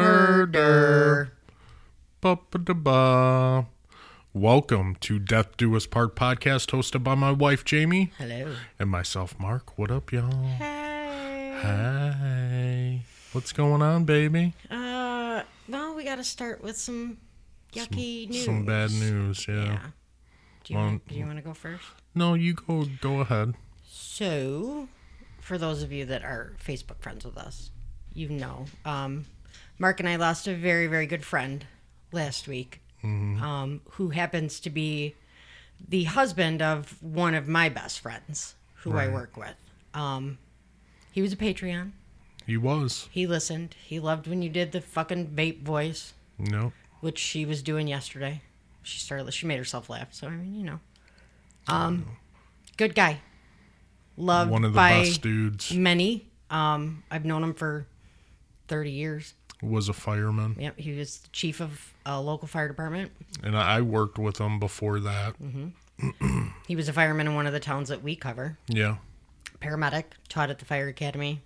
Murder. Ba-ba-da-ba. Welcome to Death Do Us Part podcast, hosted by my wife Jamie Hello. and myself Mark. What up, y'all? Hey, what's going on, baby? Uh, well, we got to start with some yucky news. Some bad news, yeah. Yeah. Do you, Well, want, do you want to go first? No, you go. Go ahead. So, for those of you that are Facebook friends with us, you know, um, Mark and I lost a very, very good friend last week, Mm-hmm. um, who happens to be the husband of one of my best friends, who I work with. Um, he was a Patreon. He was. He listened. He loved when you did the fucking vape voice. No. which she was doing yesterday. She started. She made herself laugh. So I mean, you know, um, good guy, loved One of the by best dudes many. Um, I've known him for thirty years. was a fireman. Yep, he was the chief of a local fire department. And I I worked with him before that. Mm-hmm. He was a fireman in one of the towns that we cover. Yeah. Paramedic, taught at the fire academy.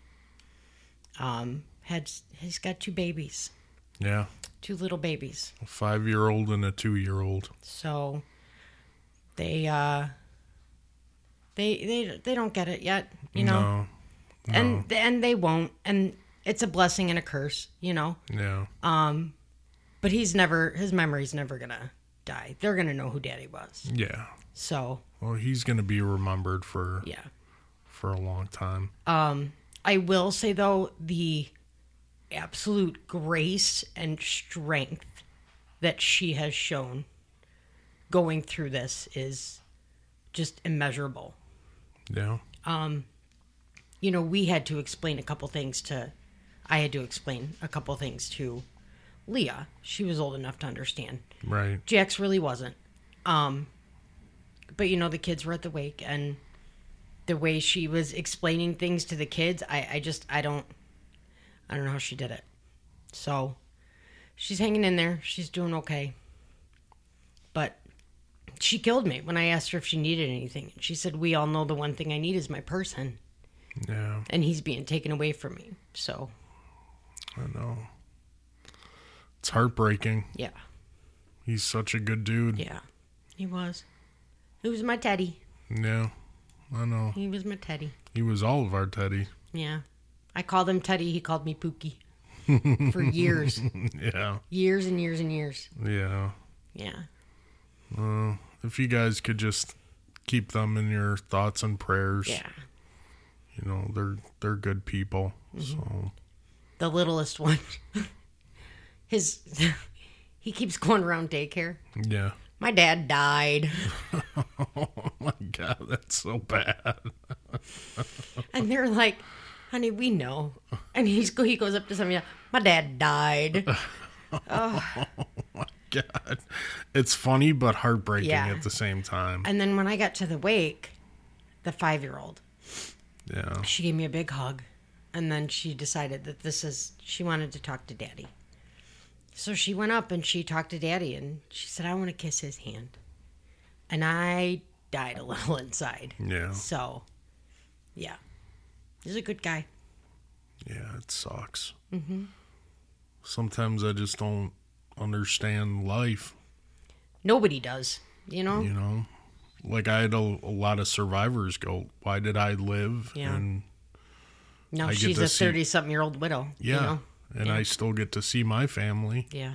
Um, had he's got two babies, Yeah. two little babies. A five year old and a two year old. So they uh they they they don't get it yet, you know. No. And and they won't and it's a blessing and a curse, you know. Yeah. Uh, But he's never his memory's never going to die. They're going to know who daddy was. Yeah. So, Well, he's going to be remembered for yeah. for a long time. I will say though the absolute grace and strength that she has shown going through this is just immeasurable. Yeah. you know, we had to explain a couple things to, I had to explain a couple things to Leah. She was old enough to understand. Right. Jax really wasn't. Um, but you know, the kids were at the wake and the way she was explaining things to the kids, I, I just, I don't, I don't know how she did it. So she's hanging in there. She's doing okay. But she killed me when I asked her if she needed anything. She said, We all know the one thing I need is my person Yeah. and he's being taken away from me. So, I know. It's heartbreaking. yeah, He's such a good dude. yeah, he was. He was my teddy. Yeah. I know. He was my teddy. He was all of our Teddy. Yeah, I called him Teddy. He called me Pookie for years, yeah. years and years and years. Yeah. Yeah, If you guys could just keep them in your thoughts and prayers. yeah. You know, they're they're good people. Mm-hmm. So The littlest one. His, he keeps going around daycare. yeah. My dad died, Oh my god, that's so bad. and they're like, "Honey, we know." And he's he goes up to somebody. My dad died. God. It's funny but heartbreaking Yeah. at the same time. And then when I got to the wake, the five year old, Yeah. she gave me a big hug and then she decided that this is she wanted to talk to daddy so she went up and she talked to daddy and she said i want to kiss his hand and i died a little inside Yeah. so yeah he's a good guy Yeah, it sucks. Mm-hmm. Sometimes I just don't understand life, nobody does you know you know? Like I had a, a lot of survivors go, why did I live? Yeah. And I no get she's to a see- 30 something year old widow yeah. you know? And I still get to see my family. yeah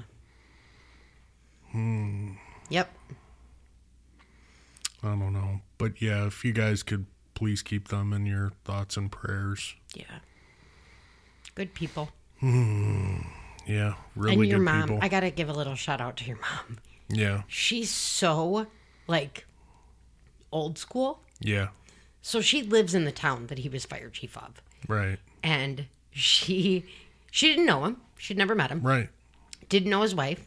Hmm. yep I don't know. But yeah, if you guys could please keep them in your thoughts and prayers. yeah good people Yeah, really and your good mom people. i gotta give a little shout out to your mom yeah. she's so like old school. Yeah. So she lives in the town that he was fire chief of, Right. and she she didn't know him. She'd never met him. Right. Didn't know his wife.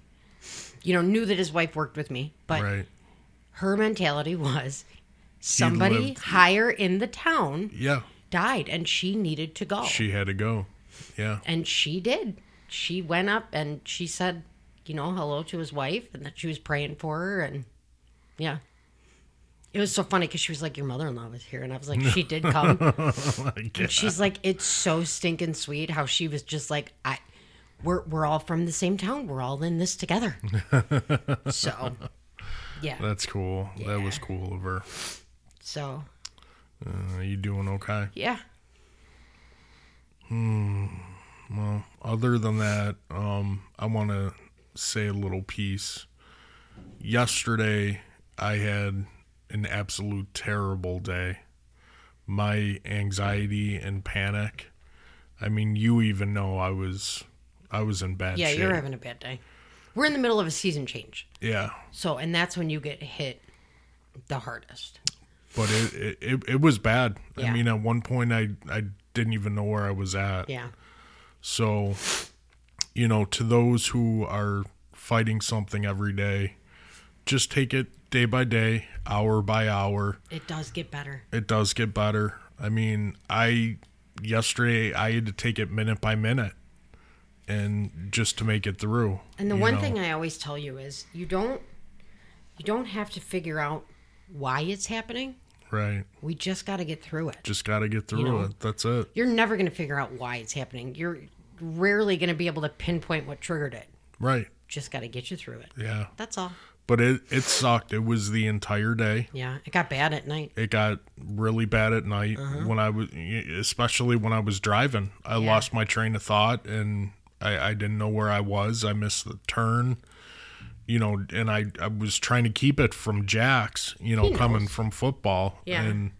You know, knew that his wife worked with me, but Right. her mentality was somebody lived- higher in the town Yeah. died, and she needed to go, She had to go. Yeah. and she did. She went up and she said, you know, hello to his wife, and that she was praying for her, and yeah. It was so funny because she was like, "Your mother-in-law was here," and I was like, "She did come." I guess. She's like, it's so stinking sweet how she was just like, I we're we're all from the same town. We're all in this together. so, yeah. That's cool. That was cool of her. so, Uh, you doing okay? yeah. Well, other than that, um, I want to say a little piece. Yesterday, I had an absolute terrible day. My anxiety and panic. I mean, you even know I was, I was in bad Yeah, shape. you're having a bad day. We're in the middle of a season change. yeah, So, and that's when you get hit the hardest. but it it, it, it was bad. I Yeah. mean, at one point, I I didn't even know where I was at. Yeah. So, you know, to those who are fighting something every day, just take it day by day, hour by hour. It does get better. It does get better. I mean, I yesterday I had to take it minute by minute and just to make it through. And the you one know? thing I always tell you is you don't you don't have to figure out why it's happening. right, We just got to get through it. just got to get through know? it. That's it. You're never going to figure out why it's happening. You're rarely going to be able to pinpoint what triggered it. Right. Just got to get you through it. Yeah. That's all. But it it sucked. It was the entire day. Yeah, it got bad at night. it got really bad at night when I was, especially when I was driving. I Uh-huh. Yeah. lost my train of thought and I, I didn't know where I was. I missed the turn, you know, and I, I was trying to keep it from Jack's, you know, coming from football. Yeah. And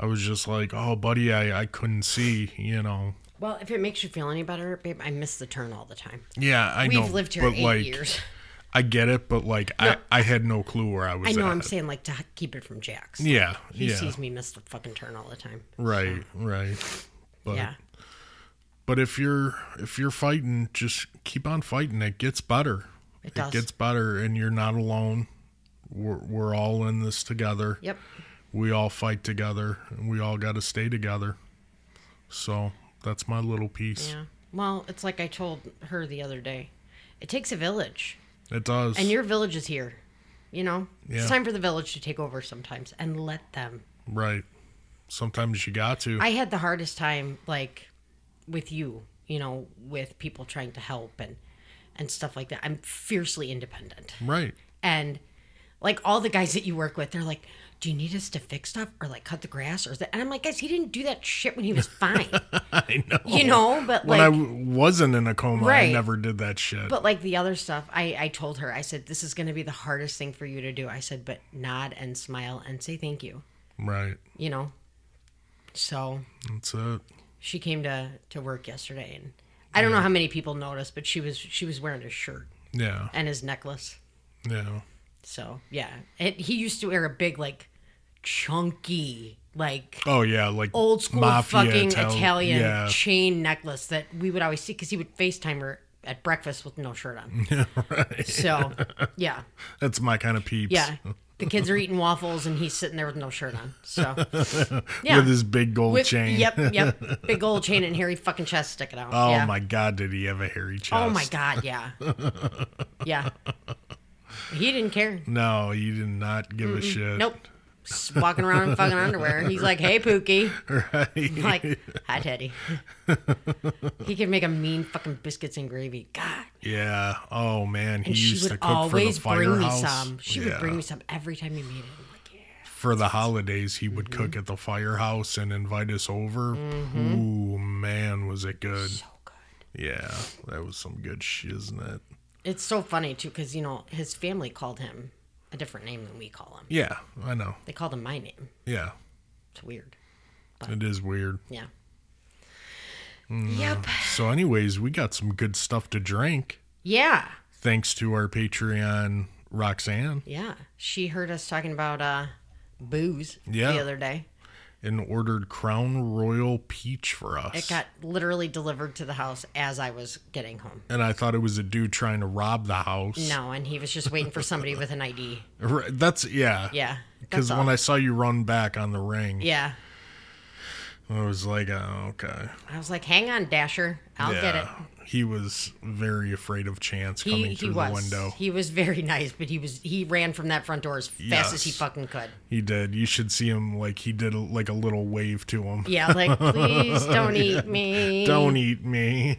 I was just like, oh, buddy, I, I couldn't see, you know. Well, if it makes you feel any better, babe, I miss the turn all the time. Yeah, I We've know. lived here but eight like, years. I get it, but like, I, I had no clue where I was I know. at. I'm saying like to h- keep it from Jax. yeah, He yeah, sees me miss the fucking turn all the time. right, right. But yeah. but if you're if you're fighting just keep on fighting it gets better It does. gets better and you're not alone we're, we're all in this together Yep. we all fight together and we all got to stay together so that's my little piece Yeah. Well, it's like I told her the other day. It takes a village, it does and your village is here. You know, Yeah. it's time for the village to take over sometimes and let them. right sometimes you got to I had the hardest time, like with you, you know, with people trying to help and and stuff like that. I'm fiercely independent, right and like all the guys that you work with, they're like, "Do you need us to fix stuff or like cut the grass or is that?" And I'm like, "Guys, he didn't do that shit when he was fine, i know you know." But Oh. when like, I w- wasn't in a coma i Right. never did that shit But like the other stuff, I, I told her, I said, this is going to be the hardest thing for you to do. I said, but nod and smile and say thank you, right you know? So that's it she came to, to work yesterday and I Mm. don't know how many people noticed, but she was, she was wearing his shirt yeah and his necklace. yeah So yeah, it, he used to wear a big, like chunky, like oh yeah like old school mafia fucking Ital- Italian yeah chain necklace that we would always see because he would FaceTime her at breakfast with no shirt on. Yeah, right. So yeah. that's my kind of peeps Yeah. The kids are eating waffles and he's sitting there with no shirt on. So yeah. with his big gold With- chain. Yep, yep. Big old chain and hairy fucking chest sticking out. Oh yeah. my god, did he have a hairy chest? Oh my god, yeah. Yeah. He didn't care. No, he did not give a shit. Nope. Just walking around in fucking underwear. He's like, Hey Pookie. Right? I'm like, hi Teddy. he could make a mean fucking biscuits and gravy. God. Yeah. Oh man, he And she used to would cook always for the firehouse. bring me some. She yeah. would bring me some every time you made it. I'm like, yeah. for the holidays. He would cook Mm-hmm. at the firehouse and invite us over. Ooh man, was it good? So good. Yeah, that was some good shiznit. It's so funny too, because you know his family called him a different name than we call him. Yeah, I know. They called him my name. Yeah, It's weird. it is weird. Yeah. Mm. Yep. So, anyways, we got some good stuff to drink Yeah. thanks to our Patreon Roxanne. Yeah. She heard us talking about uh booze Yeah. the other day. and ordered Crown Royal Peach for us. It got literally delivered to the house as I was getting home. and I thought it was a dude trying to rob the house. No, and he was just waiting for somebody with an ID. Right, That's yeah. Yeah. Because that's all. when I saw you run back on the ring, Yeah. I was like, oh, okay. I was like, hang on, Dasher. I'll yeah. get it. He was very afraid of chance coming He, he through the was window. he was very nice, but he was he ran from that front door as fast as he Yes. fucking could. He did. You should see him like he did a, like a little wave to him. Yeah, like please don't eat me. Don't eat me.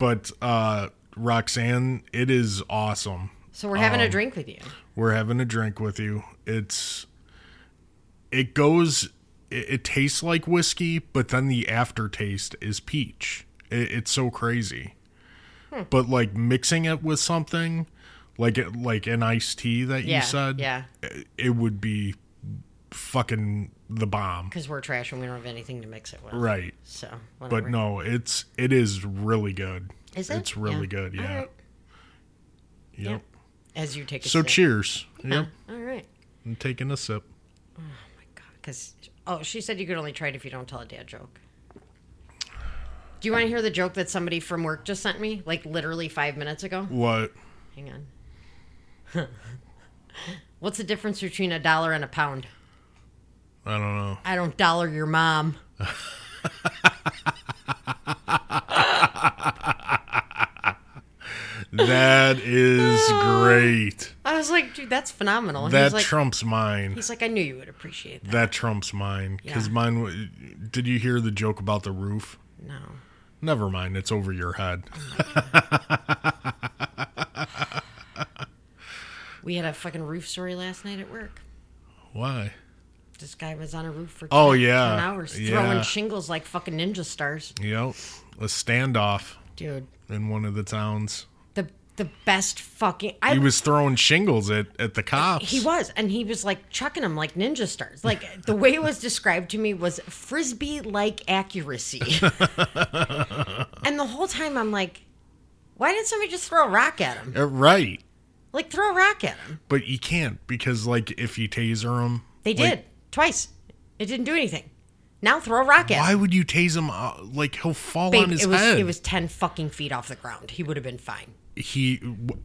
But uh, Roxanne, it is awesome. So we're having um, a drink with you. We're having a drink with you. It's it goes. It, it tastes like whiskey, but then the aftertaste is peach. It, it's so crazy. Hmm. But like mixing it with something, like it, like an iced tea that Yeah, you said, yeah. i- it would be fucking the bomb. Because we're trash and we don't have anything to mix it with. Right. So, But whatever. no, it's it is really good. Is it? It's really Yeah. good. All Yeah. right. Yep. Yep. As you take a So sip. Oh, cheers. Yeah. Yep. All right. I'm taking a sip. Because, oh, she said you could only try it if you don't tell a dad joke. Do you want to hear the joke that somebody from work just sent me? Like literally five minutes ago? What? Hang on. What's the difference between a dollar and a pound? I don't know. I don't dollar your mom. That is great. I was like, dude, that's phenomenal. And That he's like, trumps mine. he's like, I knew you would appreciate that. That trumps mine. Because Yeah. mine. wa- Did you hear the joke about the roof? No. Never mind. It's over your head. We had a fucking roof story last night at work. Why? This guy was on a roof for Oh, 10 yeah. hours Yeah. throwing shingles like fucking ninja stars. Yep. A standoff Dude, in one of the towns. the the best fucking I He was throwing shingles at, at the cops. He was, and he was like chucking them like ninja stars. Like the way it was described to me was frisbee like accuracy. and the whole time I'm like, why didn't somebody just throw a rock at him? Uh, right. Like throw a rock at him. But you can't because, like, if you taser him, They like, did twice. It didn't do anything. Now throw a rock at him. Why would you tase him? Uh, like he'll fall Babe, on his it was head. it was ten fucking feet off the ground. He would have been fine. he. W-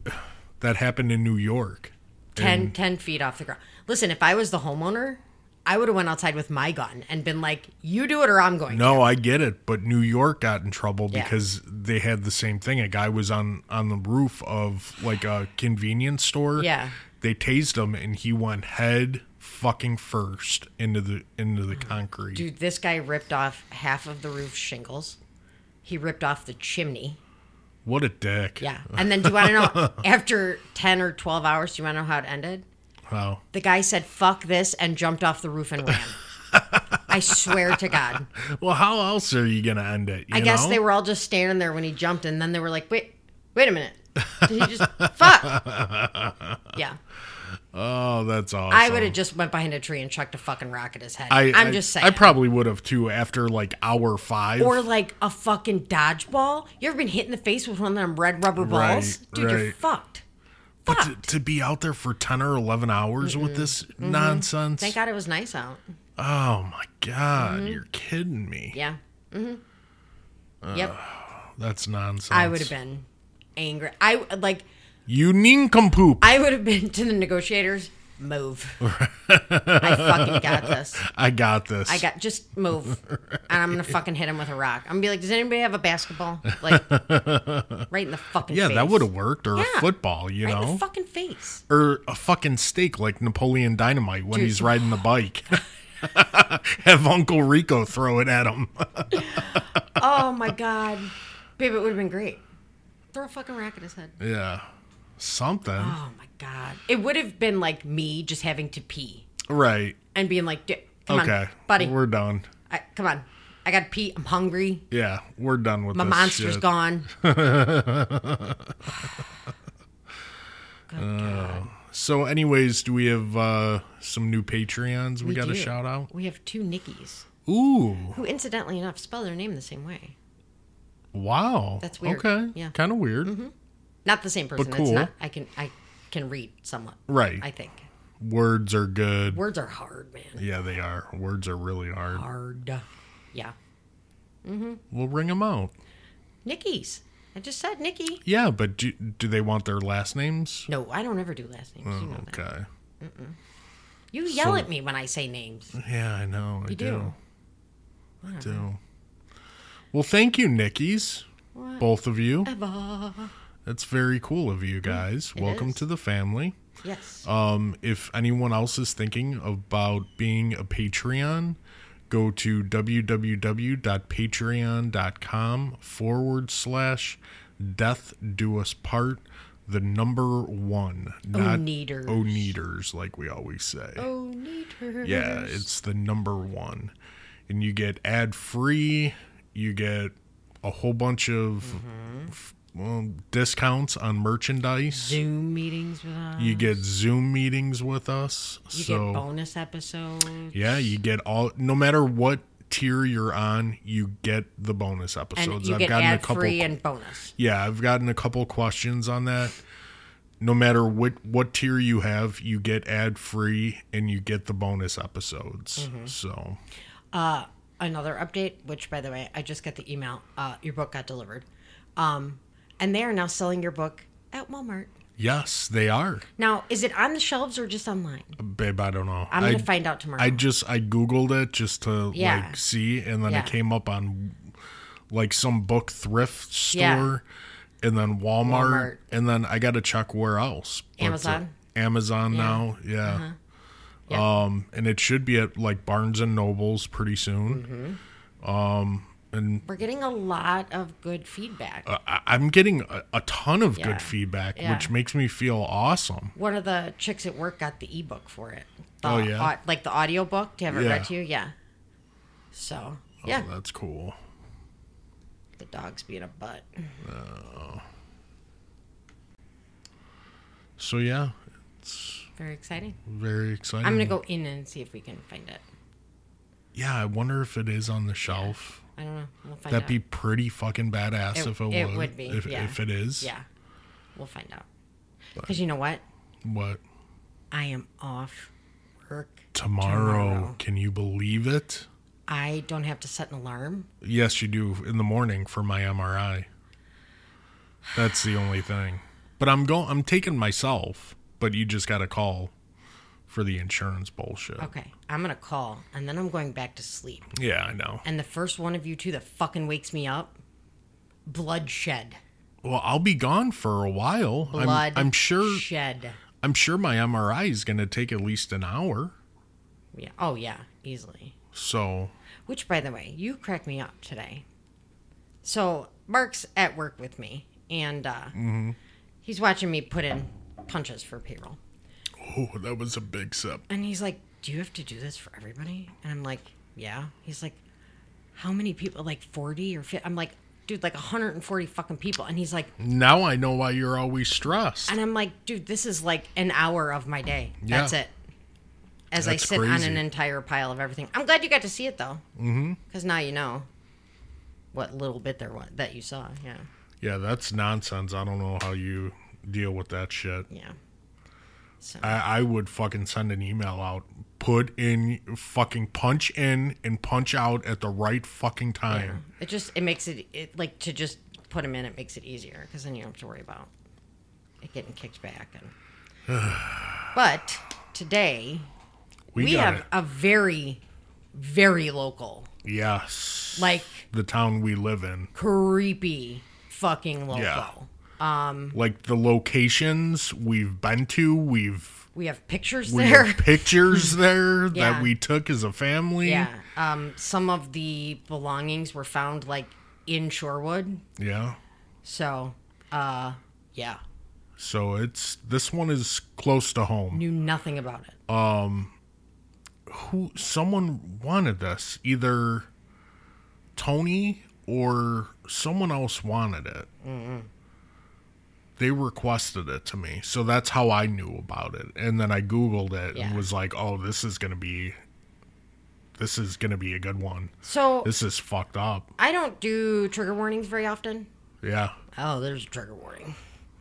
that happened in New York. 10, 10 feet off the ground. Listen, if I was the homeowner, I would have went outside with my gun and been like, "You do it or I'm going." No, I get it, but New York got in trouble Yeah. because they had the same thing. A guy was on on the roof of like a convenience store. Yeah. They tased him and he went head fucking first into the into the concrete. Dude, this guy ripped off half of the roof shingles. He ripped off the chimney. What a dick. Yeah. And then do you want to know after 10 or 12 hours, do you want to know how it ended? Wow. The guy said, fuck this, and jumped off the roof and ran. I swear to God. Well, how else are you gonna end it? I you guess know? they were all just standing there when he jumped, and then they were like, wait, wait a minute. Did he just, fuck. Yeah. Oh, that's awesome. I would have just went behind a tree and chucked a fucking rock at his head. I, am I- just saying. I probably would have too after like hour five. or like a fucking dodgeball. You ever been hit in the face with one of them red rubber balls? Right, Dude, you're right. fucked. But Fucked. Mm-hmm. to, to be out there for 10 or 11 hours with this nonsense. Thank Mm-hmm. God it was nice out. Oh my God. You're kidding me. Yeah. Mm-hmm. yep. That's nonsense. I would have been angry. I like. You nincompoop. I, I would have been to the negotiators. Move. I fucking got this. I got this. I got just move, and I'm gonna fucking hit him with a rock. I'm gonna be like, does anybody have a basketball? Like, right in the fucking yeah, face. that would have worked. Or Yeah. a football, you right in know? the fucking face. or a fucking steak like Napoleon Dynamite when Dude. he's riding the bike. Have Uncle Rico throw it at him. Oh my god, babe, it would have been great. Throw a fucking rock at his head. yeah. Something. Oh my god, it would have been like me just having to pee right. and being like, "Dude, come okay. on, buddy, We're done. I, come on, I got to pee. I'm hungry. Yeah, we're done with My this. monster's shit. gone. So, anyways, do we have uh, some new Patreons we, got to do. shout out? We have two Nickies Ooh, who, incidentally enough, spell their name the same way. wow. That's weird. Okay. Yeah. Mm-hmm. Kind of weird. Not the same person. It's cool. not. I can I can read somewhat. Right. I think Words are good. words are hard, man. yeah, they are. Words are really hard. Hard. Yeah. We'll ring them out. Nickies. I just said Nikki. Yeah, but do, do they want their last names? No, I don't ever do last names. you know that. Okay. You yell at me when I say names. Yeah, I know. I You do. I do. Well, thank you, Nickies. Both of Uh, you. Ever. That's very cool of you guys. Welcome is. to the family. Yes. Um, if anyone else is thinking about being a Patreon, go to www.patreon.com forward slash Death Do Us Part, the number one. Oh, Not Oneaters. oh, Oneaters, like we always say. Oh, neater. Yeah, it's the number one. And you get ad free, you get a whole bunch of f- well, discounts on merchandise. Mm-hmm. Zoom meetings with us. You get Zoom meetings with us. You so, get bonus episodes. yeah, you get all, no matter what tier you're on, you get the bonus and episodes. you I've get gotten a ad couple. free and bonus. yeah, I've gotten a couple questions on that. No matter what, what tier you have, you get ad free and you get the bonus episodes. Mm-hmm. So, Another update, which by the way, I just got the email. Uh, your book got delivered, um, and they are now selling your book at Walmart. yes, they are. Now, is it on the shelves or just online? Babe, I don't know. I'm gonna I- find out tomorrow. I just I googled it just to Yeah. like see, and then Yeah. it came up on like some book thrift store, Yeah. and then Walmart, Walmart. and then I got to check where else. But, uh, Amazon? Uh-huh. Amazon now, yeah. Um, and it should be at like Barnes and Nobles pretty Mm-hmm. soon. Um, and We're getting a lot of good feedback. uh, I, I'm getting a, a ton of Yeah. good feedback, Yeah. which makes me feel awesome. One of the chicks at work got the ebook for it. The, Oh, yeah? au- like the audio book to have it Yeah. read to you. Yeah. So yeah, oh, that's cool. the dog's being a butt. So yeah, Very exciting. very exciting. I'm gonna go in and see if we can find it. Yeah, I wonder if it is on the shelf. I don't know. We'll find That'd out. be pretty fucking badass It- if it, it would. would be, If, yeah. if it is. yeah, we'll find out. Because you know what, What? I am off work. Tomorrow, Tomorrow. Can you believe it? I don't have to set an alarm. Yes, you do in the morning for my MRI. That's the only thing. But I'm going I'm taking myself, but you just got to call for the insurance bullshit. Okay, I'm gonna call, and then I'm going back to sleep. Yeah, I know. And the first one of you two that fucking wakes me up, bloodshed. Well, I'll be gone for a while. Blood. I'm I'm sure Shed. I'm sure my MRI is going to take at least an hour. Yeah. Oh yeah, easily. So, Which, by the way, you cracked me up today. So Mark's at work with me, and uh, Mm-hmm. he's watching me put in punches for payroll. oh, that was a big sip. And he's like, "Do you have to do this for everybody?" And I'm like, "Yeah." He's like, "How many people? Like 40 or 50? I'm like, "Dude, like 140 fucking people." And he's like, Now I know why you're always stressed. and I'm like, "Dude, this is like an hour of my day. Yeah. That's it." As I That's sit on crazy. Mm-hmm. an entire pile of everything. I'm glad you got to see it though, because now you know what little bit there was that you saw. Yeah, Yeah, that's nonsense. I don't know how you deal with that shit. yeah. So I, I would fucking send an email out. Put in fucking punch in and punch out at the right fucking time. it just it makes it, it like to just put them in. It makes it easier because then you don't have to worry about it getting kicked back. And but today We, we got have it. a very very local Yes. like the town we live in. creepy fucking local. Yeah. Like the locations we've been to, we've We have pictures we there. have pictures there Yeah. that we took as a family. yeah. Um, some of the belongings were found like in Shorewood. Yeah. So uh yeah. So it's this one is close to home. Knew nothing about it. Uh, who someone wanted this either tony or someone else wanted it they requested it to me so that's how i knew about it and then i googled it Yeah. and was like oh this is gonna be this is gonna be a good one So this is fucked up I don't do trigger warnings very often. yeah Oh, there's a trigger warning.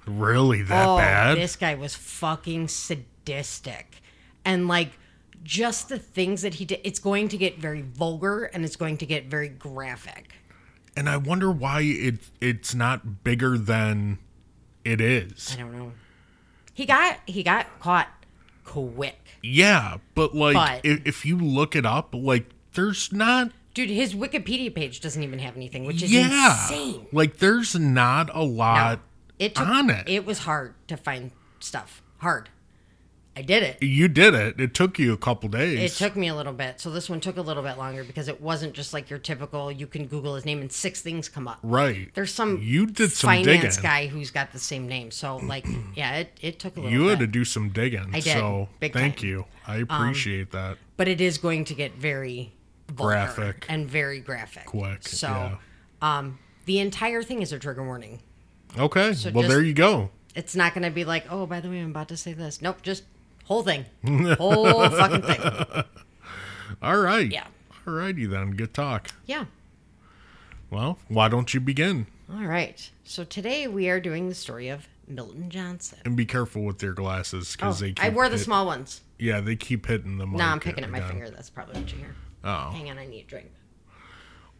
really that oh, bad this guy was fucking sadistic. And like just the things that he did, it's going to get very vulgar and it's going to get very graphic. and i wonder why it it's not bigger than it is I don't know. He got he got caught quick. Yeah, but like But- if, if you look it up, like there's not Dude, his Wikipedia page doesn't even have anything, which is yeah, insane. like there's not a lot It took, on it. it was hard to find stuff. Hard. I did it. You did it. It took you a couple It days. took me a little bit. So this one took a little bit longer because it wasn't just like your typical you can Google his name and six things come up. right. There's some You did some finance digging. guy who's got the same name. So like yeah, it, it took a little You bit. had to do some digging. I did, So big thank time. Um, you. I appreciate that. but it is going to get very vulgar Graphic. and very graphic. Quick, So, yeah. um, the entire thing is a trigger warning. Okay. well, just- there you go. It's not going to be like, oh, by the way, I'm about to say this. Nope, just whole thing, whole fucking thing. All right. Yeah. All righty then. Good talk. Yeah. Well, why don't you begin? All right. So today we are doing the story of Milton Johnson. And be careful with your glasses Oh, because they. Keep I wore the hit- small ones. Yeah, they keep hitting the mic. No, I'm picking at my again. finger. That's probably what you hear. Oh. Hang on, I need a drink.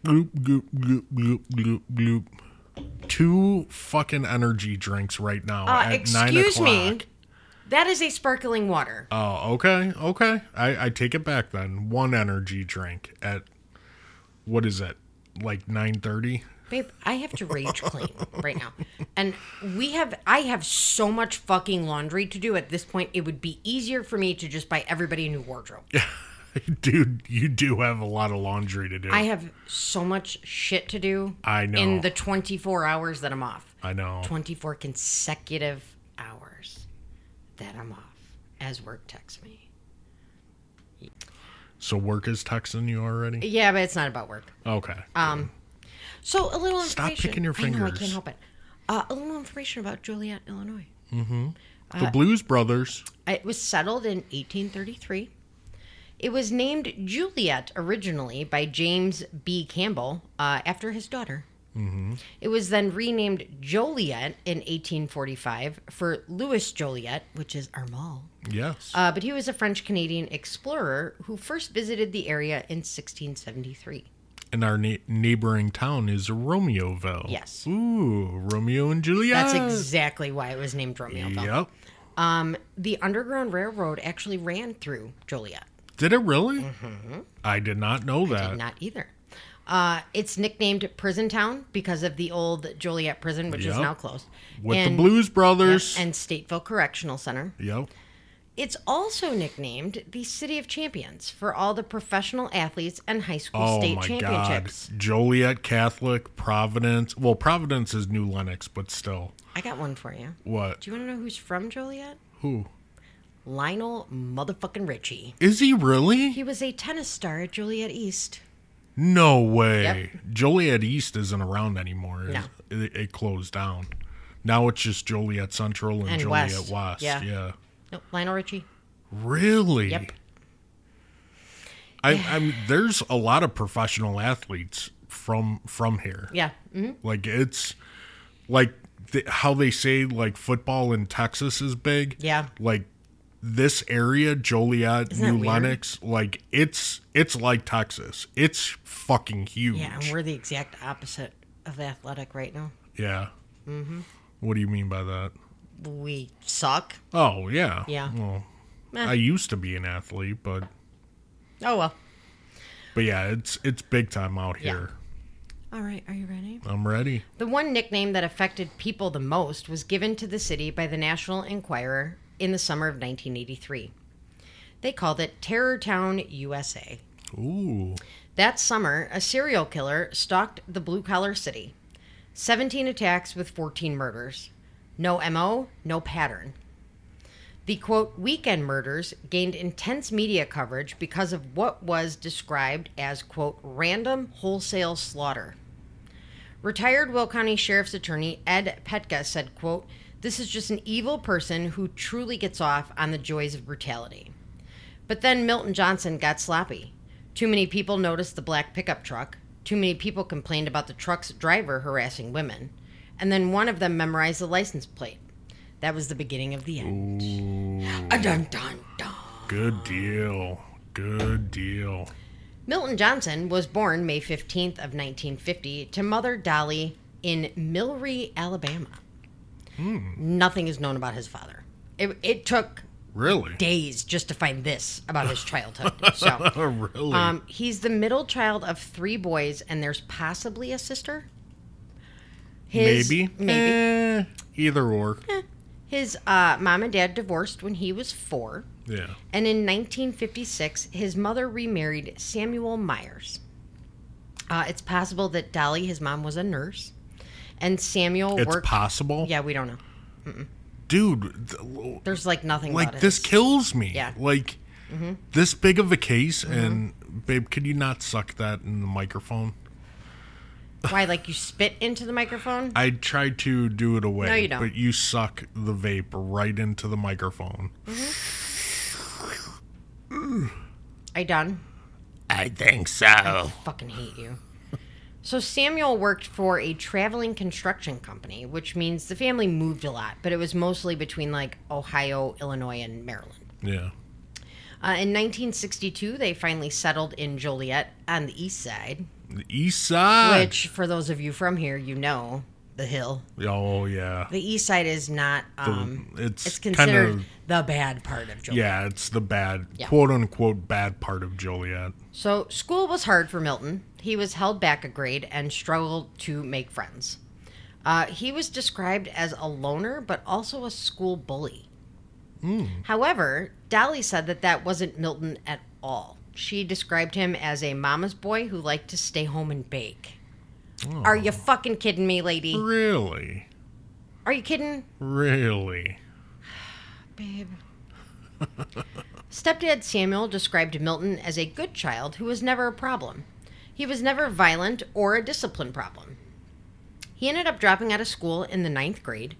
Gloop gloop gloop gloop gloop gloop. Two fucking energy drinks right now Uh, at nine excuse o'clock. me. That is a sparkling water. Oh, okay, okay. I, I take it back then. One energy drink at what is it? Like nine thirty? Babe, I have to rage clean right now. And we have I have so much fucking laundry to do at this point. It would be easier for me to just buy everybody a new wardrobe. Dude, you do have a lot of laundry to do. I I, have so much shit to do know. in the 24 hours that I'm off. I know. 24 consecutive hours that I'm off as work texts me. So work is texting you already? Yeah, but it's not about work. Okay. Um, so a little Stop information. picking your I know, I fingers. can't help it. Uh, a little information about Joliet, Illinois. uh, the Blues Brothers. It was settled in 1833. It was named Juliet originally by James B. Campbell uh, after his daughter. It was then renamed Joliet in 1845 for Louis Joliet, which is Armand. Yes. Uh, but he was a French Canadian explorer who first visited the area in 1673. and our ne- neighboring town is Romeoville. Yes. Ooh, Romeo and Juliet. That's exactly why it was named Romeoville. Uh, Yep. Um, the Underground Railroad actually ran through Joliet. Did it really? I did not know that. Mm-hmm. did not either. Uh, it's nicknamed Prison Town because of the old Joliet prison, which is Yep. now closed. With and, the Blues Brothers. And Stateville Correctional Center. yep. It's also nicknamed the City of Champions for all the professional athletes and high school Oh state my God. championships. Joliet Catholic, Providence. Well, Providence is New Lenox, but still. I got one for you. What? Do you want to know who's from Joliet? Who? Lionel motherfucking Richie. Is he really? He was a tennis star at Joliet East. No way. Joliet East isn't around anymore. No. It, it closed down. Now it's just Joliet Central and, And Joliet West. West. Yeah. yeah. No, Lionel Richie. Really? Yep. I, I mean, there's a lot of professional athletes from from here. Yeah. hmm Like it's like th- how they say like football in Texas is big. Yeah. Like this area, Joliet, that New weird? Lenox, like it's it's like Texas. It's fucking huge. Yeah, and we're the exact opposite of athletic right now. Yeah. Mm-hmm. What do you mean by that? we suck. Oh yeah. Yeah. Well, Eh. I used to be an athlete, but Oh well. but yeah, it's it's big time out Yeah. here. All right, are you ready? I'm ready. The one nickname that affected people the most was given to the city by the National Enquirer in the summer of 1983. They called it Terror Town, USA. Ooh. That summer, a serial killer stalked the blue collar city. 17 attacks with 14 murders. No MO, no pattern. The quote, weekend murders gained intense media coverage because of what was described as, quote, random wholesale slaughter. Retired Will County Sheriff's Attorney Ed Petka said, quote, This is just an evil person who truly gets off on the joys of brutality. But then Milton Johnson got sloppy. Too many people noticed the black pickup truck. Too many people complained about the truck's driver harassing women. And then one of them memorized the license plate. That was the beginning of the end. Ah, dun, dun, dun. Good deal. Good deal. Milton Johnson was born May 15th of 1950 to mother Dolly in Milry, Alabama. Nothing is known about his father. It, it took Really? days just to find this about his childhood. So Oh, really? Um, he's the middle child of three boys, and there's possibly a sister. His, maybe. Maybe. Eh, either or. His uh, mom and dad divorced when he was four, Yeah. and in 1956, his mother remarried Samuel Myers. Uh, it's possible that Dolly, his mom, was a nurse, and Samuel It's worked. possible. yeah, we don't know. Dude, th- There's like nothing like about this It. kills me. Yeah. Mm-hmm. Like this big of a case and babe, could you not suck that in the microphone? Why, like you spit into the microphone? I tried to do it away, No, you don't. but you suck the vape right into the microphone. Mm. Are you done? I think so. fucking hate you. So Samuel worked for a traveling construction company, which means the family moved a lot, but it was mostly between like Ohio, Illinois, and Maryland. Yeah. Uh, in 1962, they finally settled in Joliet on the east side, The east side. which, for those of you from here, you know the hill. oh yeah. The east side is not, um, Mm, it's it's kind considered of- the bad part of Joliet. Yeah, it's the bad Yeah. quote unquote bad part of Joliet. So school was hard for Milton. He was held back a grade and struggled to make friends. Uh, he was described as a loner, but also a school bully. Hmm. However, Dolly said that that wasn't Milton at all. She described him as a mama's boy who liked to stay home and bake. Oh. Are you fucking kidding me, lady? Really? Are you kidding? Really? Babe. Stepdad Samuel described Milton as a good child who was never a problem. He was never violent or a discipline problem. He ended up dropping out of school in the ninth grade,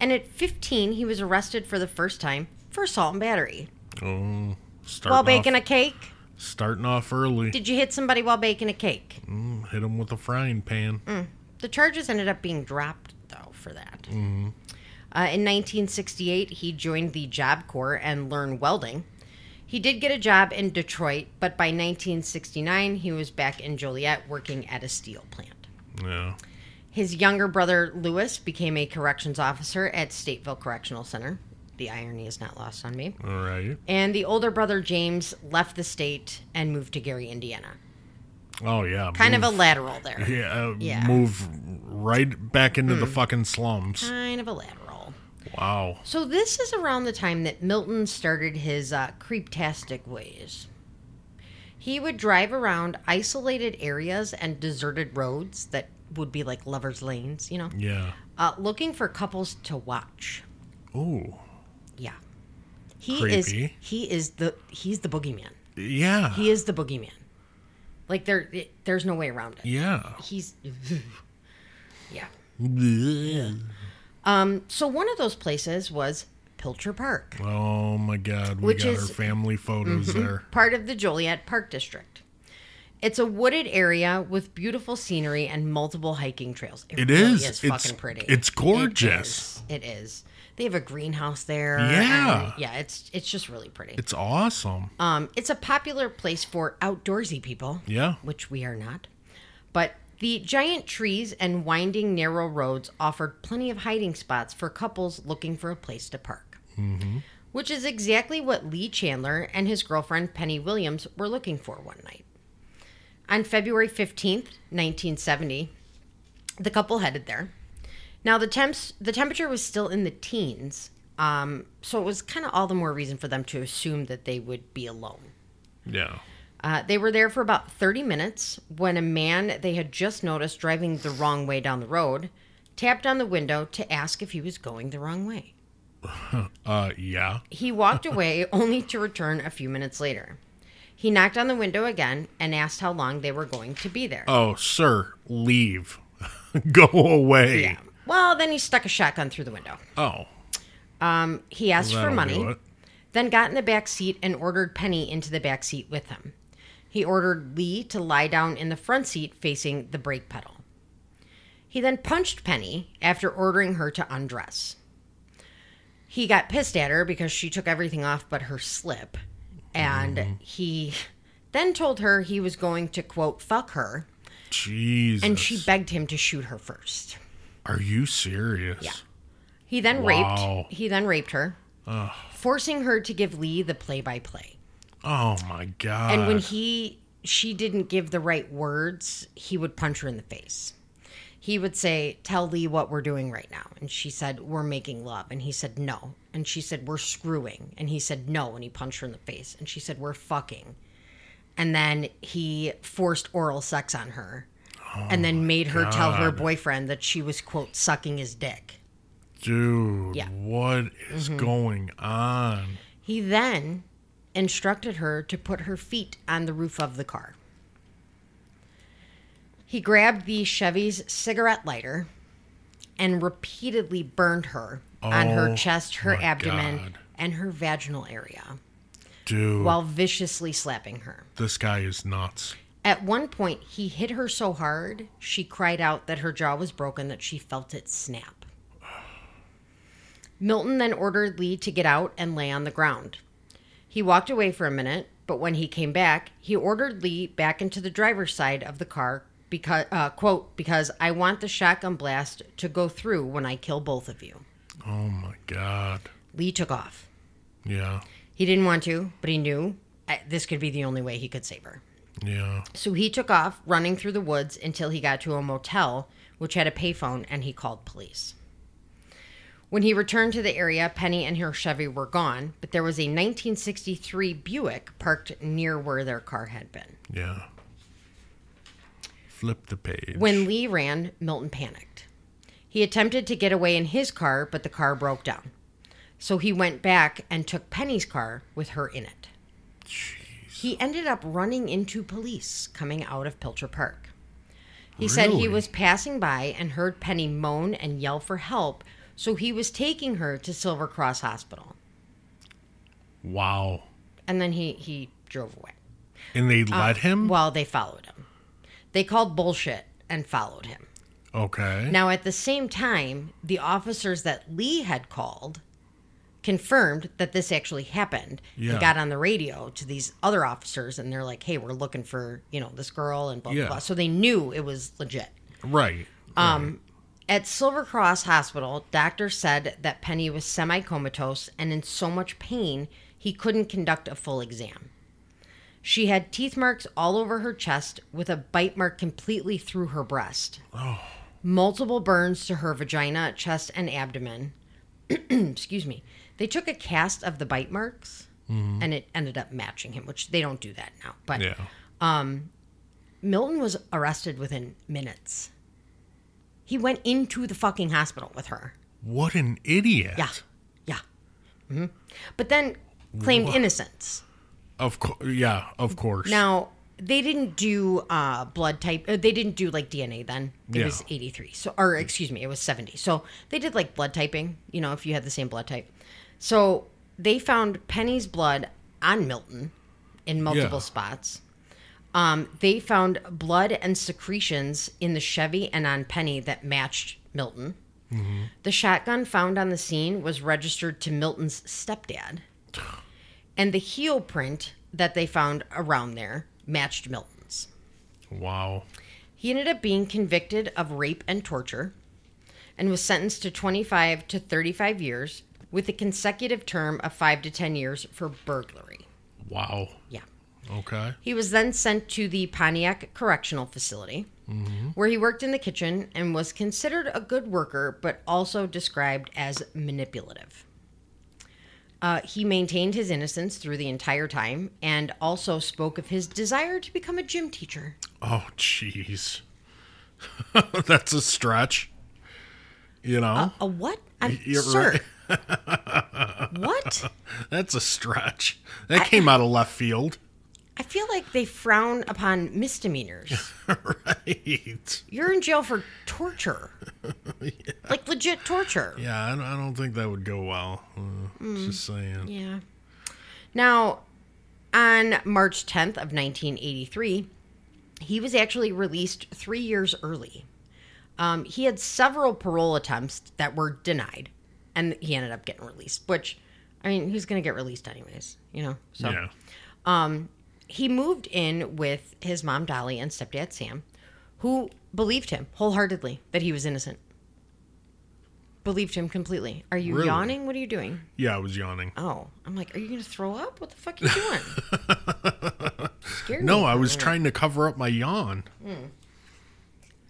and at 15, he was arrested for the first time for assault and battery. Oh, starting While off, baking a cake? starting off early. Did you hit somebody while baking a cake? Mm, hit him with a frying pan. Mm. The charges ended up being dropped, though, for that. Uh, in 1968, he joined the Job Corps and learned welding. He did get a job in Detroit, but by 1969, he was back in Joliet working at a steel plant. Yeah. His younger brother, Lewis, became a corrections officer at Stateville Correctional Center. The irony is not lost on me. All right. And the older brother, James, left the state and moved to Gary, Indiana. Oh yeah. Kind move, of a lateral there. yeah, uh, Yeah. Mm. Move right back into the fucking slums. Kind of a lateral. Wow. So this is around the time that Milton started his uh, creeptastic ways. He would drive around isolated areas and deserted roads that would be like lovers' lanes, you know, Yeah. uh, looking for couples to watch. Oh. Yeah, he is. Creepy. He is the he's the boogeyman. Yeah. He is the boogeyman. Like there, it- there's no way around it. yeah. He's, yeah. Bleh. Um. So one of those places was Pilcher Park. Oh my God. We Which got is- Mm-hmm. our family photos there. part of the Joliet Park District. It's a wooded area with beautiful scenery and multiple hiking trails. It really is. is It's- fucking pretty. it's gorgeous. It is. It is. They have a greenhouse there. Yeah. and- yeah. It's it's just really pretty. It's awesome. um, it's a popular place for outdoorsy people, Yeah. which we are not. But the giant trees and winding narrow roads offered plenty of hiding spots for couples looking for a place to park which is exactly what Lee Chandler and his girlfriend Penny Williams were looking for one night. On February 15th, 1970, the couple headed there. Now, the, temps- the temperature was still in the teens, um, so it was kind of all the more reason for them to assume that they would be alone. Yeah. Uh, they were there for about 30 minutes when a man they had just noticed driving the wrong way down the road tapped on the window to ask if he was going the wrong way. Uh. Yeah. He walked away only to return a few minutes later. He knocked on the window again and asked how long they were going to be there. Oh, sir, leave. Go away. Yeah. Well, then he stuck a shotgun through the window. Oh. Um, he asked that'll for do money, it. then got in the back seat and ordered Penny into the back seat with him. He ordered Lee to lie down in the front seat facing the brake pedal. He then punched Penny after ordering her to undress. He got pissed at her because she took everything off but her slip, and he then told her he was going to quote fuck her, Jesus. and she begged him to shoot her first. Are you serious? Yeah. He then Wow. raped. He then raped her, forcing her to give Lee the play-by-play. Oh my God. And when he she didn't give the right words, he would punch her in the face. he would say, Tell Lee what we're doing right now. And she said, We're making love. And he said, No. And she said, We're screwing. And he said, No. And he punched her in the face. And she said, We're fucking. And then he forced oral sex on her and then made her tell her Oh God. boyfriend that she was, quote, sucking his dick. Dude, Yeah. Mm-hmm. what is going on? He then instructed her to put her feet on the roof of the car. He grabbed the Chevy's cigarette lighter and repeatedly burned her on Oh, her chest, her my abdomen, God. and her vaginal area Dude, while viciously slapping her. this guy is nuts. At one point, he hit her so hard, she cried out that her jaw was broken, that she felt it snap. Milton then ordered Lee to get out and lay on the ground. He walked away for a minute, but when he came back, he ordered Lee back into the driver's side of the car because, uh, quote, because I want the shotgun blast to go through when I kill both of you. Oh my God. Lee took off. Yeah, He didn't want to, but he knew uh, this could be the only way he could save her. yeah. So he took off running through the woods until he got to a motel which had a payphone and he called police. When he returned to the area, Penny and her Chevy were gone, but there was a 1963 Buick parked near where their car had been. Yeah. Flip the page. When Lee ran, Milton panicked. He attempted to get away in his car, but the car broke down. So he went back and took Penny's car with her in it. Jeez. He ended up running into police coming out of Pilcher Park. He said he Really? was passing by and heard Penny moan and yell for help, so he was taking her to Silver Cross Hospital. Wow. And then he, he drove away. And they let him? Uh, Well, they followed him. They called bullshit and followed him. okay. Now, at the same time, the officers that Lee had called confirmed that this actually happened. Yeah. They got on the radio to these other officers and they're like, hey, we're looking for, you know, this girl and blah, blah, Yeah. blah. So they knew it was legit. right. Um, At Silver Cross Hospital, doctors said that Penny was semi comatose and in so much pain he couldn't conduct a full exam. She had teeth marks all over her chest with a bite mark completely through her breast. Multiple burns to her vagina, chest, and abdomen. Excuse me. They took a cast of the bite marks and it ended up matching him, which they don't do that now. But Yeah. Milton was arrested within minutes. He went into the fucking hospital with her. What an idiot. Yeah. Yeah. hmm But then claimed innocence. Of course. Yeah, of course. Now, they didn't do uh, blood type. uh, They didn't do like DNA then. It Yeah. was 83. So, or excuse me, it was 70. So they did like blood typing, you know, if you had the same blood type. So they found Penny's blood on Milton in multiple spots. Um, they found blood and secretions in the Chevy and on Penny that matched Milton. The shotgun found on the scene was registered to Milton's stepdad. And the heel print that they found around there matched Milton's. Wow. He ended up being convicted of rape and torture and was sentenced to 25 to 35 years with a consecutive term of 5 to 10 years for burglary. Wow. Yeah. Okay. He was then sent to the Pontiac Correctional Facility, where he worked in the kitchen and was considered a good worker, but also described as manipulative. Uh, he maintained his innocence through the entire time and also spoke of his desire to become a gym teacher. Oh, jeez. That's a stretch. You know, A what? I'm, You're sir. what? that's a stretch. That came out of left field. I feel like they frown upon misdemeanors. right. You're in jail for torture. Like legit torture. Yeah, I don't, I don't think that would go well. Uh, Just saying. Yeah. Now, on March 10th of 1983, he was actually released three years early. Um, he had several parole attempts that were denied, and he ended up getting released. Which, I mean, he's going to get released anyways, you know. So yeah. he moved in with his mom Dolly and stepdad Sam, who believed him wholeheartedly that he was innocent. Believed him completely. Are you Really? yawning? What are you doing? Yeah, I was yawning. Oh, I'm like, are you gonna throw up? What the fuck are you doing? Scared No, me I for a was minute. trying to cover up my yawn.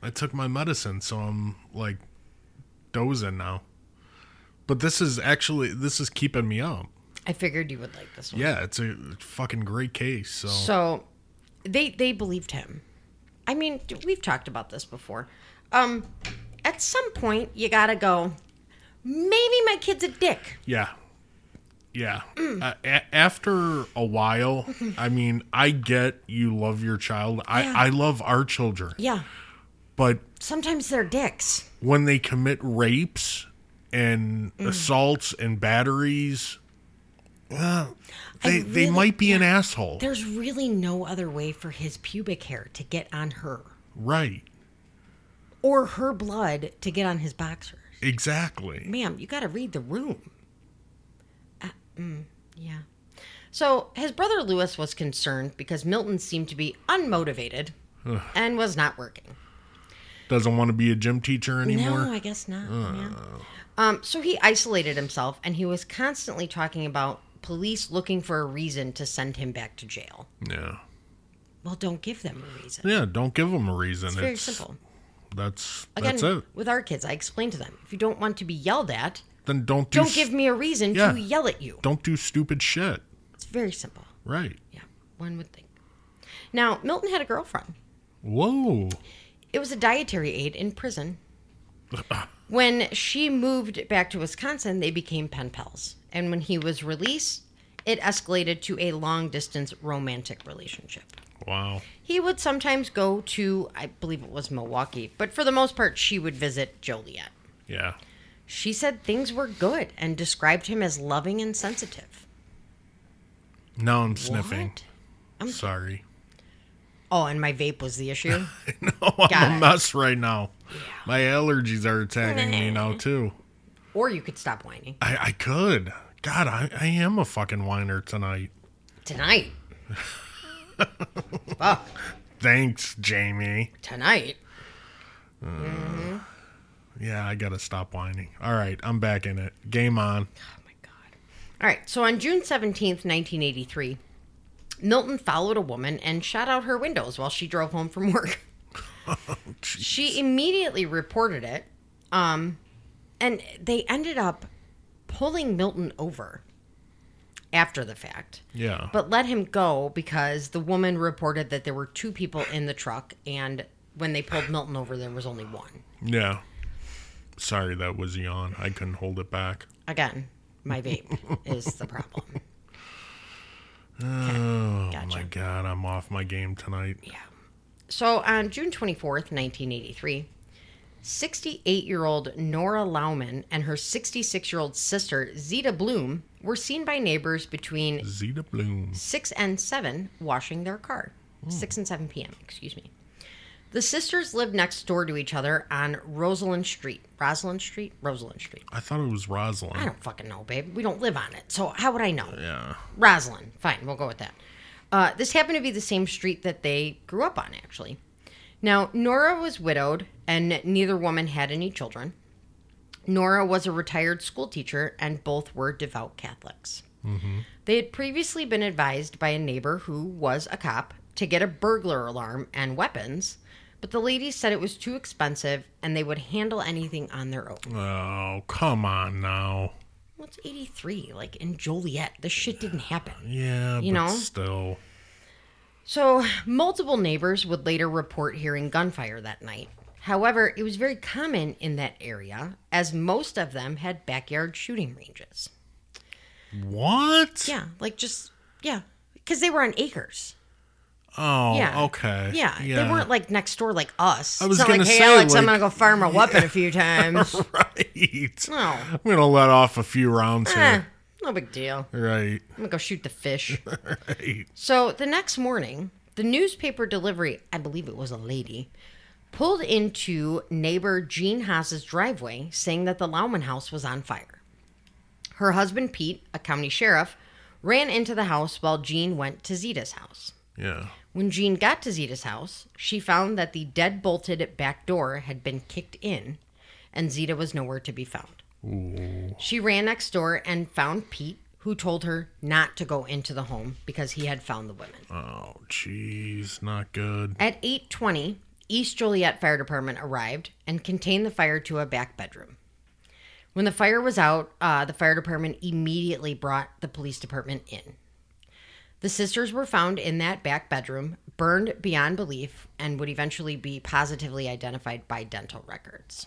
I took my medicine, so I'm like dozing now. But this is actually this is keeping me up. I figured you would like this one. Yeah, it's a fucking great case. So, So they they believed him. I mean, d- we've talked about this before. Um at some point you got to go maybe my kid's a dick. yeah. Yeah. Uh, a- after a while, I mean, I get you love your child. I Yeah. I love our children. Yeah. But Sometimes they're dicks. when they commit rapes and Mm. assaults and batteries, uh, they they really- might be an asshole, There's really no other way for his pubic hair to get on her right? or her blood to get on his boxers. Exactly. Ma'am, you got to read the room. Uh, mm, yeah. So his brother Lewis was concerned because Milton seemed to be unmotivated and was not working. Doesn't want to be a gym teacher anymore. No, I guess not. yeah. Um, so he isolated himself and he was constantly talking about police looking for a reason to send him back to jail. yeah. Well, don't give them a reason. Yeah, don't give them a reason. It's, Very simple. That's Again, that's it. with our kids, I explained to them if you don't want to be yelled at, Then don't do don't s- give me a reason Yeah. to yell at you. don't do stupid shit. It's very simple. Right. Yeah, one would think. Now, Milton had a girlfriend. Whoa. It was a dietary aide in prison. when she moved back to Wisconsin, they became pen pals. And when he was released, it escalated to a long distance romantic relationship. Wow. He would sometimes go to, I believe it was Milwaukee, but for the most part, she would visit Joliet. Yeah. She said things were good and described him as loving and sensitive. Now I'm sniffing. What? Sorry. Oh, and my vape was the issue. no, I'm Got a it. mess right now. My allergies are attacking me now too. or you could stop whining. I, I could. God, I, I am a fucking whiner tonight. Tonight. Fuck. Thanks, Jamie. Tonight. Yeah, I gotta stop whining. All right, I'm back in it. Game on. Oh my god. All right, so on June 17th, 1983, Milton followed a woman and shot out her windows while she drove home from work. she immediately reported it. Um and they ended up pulling Milton over after the fact. Yeah. But let him go because the woman reported that there were two people in the truck and when they pulled Milton over there was only one. yeah. Sorry, that was a yawn. I couldn't hold it back. Again, my vape is the problem. Oh Gotcha. my god, I'm off my game tonight. Yeah. So on June 24th, 1983, 68 year old Nora Lauman and her 66 year old sister, Zita Bloom, were seen by neighbors between Zeta Bloom. 6 and 7 washing their car. 6 and 7 p.m., excuse me. The sisters lived next door to each other on Rosalind Street. Rosalind Street? Rosalind Street. I thought it was I Rosalind. don't fucking know, babe. We don't live on it. So how would I know? Yeah. Rosalind. Fine, we'll go with that. Uh, this happened to be the same street that they grew up on, actually. Now, Nora was widowed, and neither woman had any children. Nora was a retired school teacher, and both were devout Catholics. They had previously been advised by a neighbor who was a cop to get a burglar alarm and weapons, but the ladies said it was too expensive and they would handle anything on their own. Oh, come on now. What's 83? Like in Joliet, this shit didn't happen. Yeah, You but know? still. So, multiple neighbors would later report hearing gunfire that night. However, it was very common in that area, as most of them had backyard shooting ranges. What? Yeah, like just, yeah, because they were on acres. Oh, Yeah. okay. Yeah, they weren't like next door like us. I was it's not gonna like, hey, say, Alex, I'm like- going to go fire my weapon a few times. right. No. I'm going to let off a few rounds Eh, here. no big deal. Right. I'm going to go shoot the fish. Right. So the next morning, the newspaper delivery, I believe it was a lady, pulled into neighbor Jean Haas's driveway saying that the Lauman house was on fire. Her husband, Pete, a county sheriff, ran into the house while Jean went to Zita's house. Yeah. When Jean got to Zita's house, she found that the dead bolted back door had been kicked in and Zita was nowhere to be found. She ran next door and found Pete, who told her not to go into the home because he had found the women. Oh, jeez. Not good. At 8:20, East Joliet Fire Department arrived and contained the fire to a back bedroom. When the fire was out, uh, the fire department immediately brought the police department in. The sisters were found in that back bedroom, burned beyond belief, and would eventually be positively identified by dental records.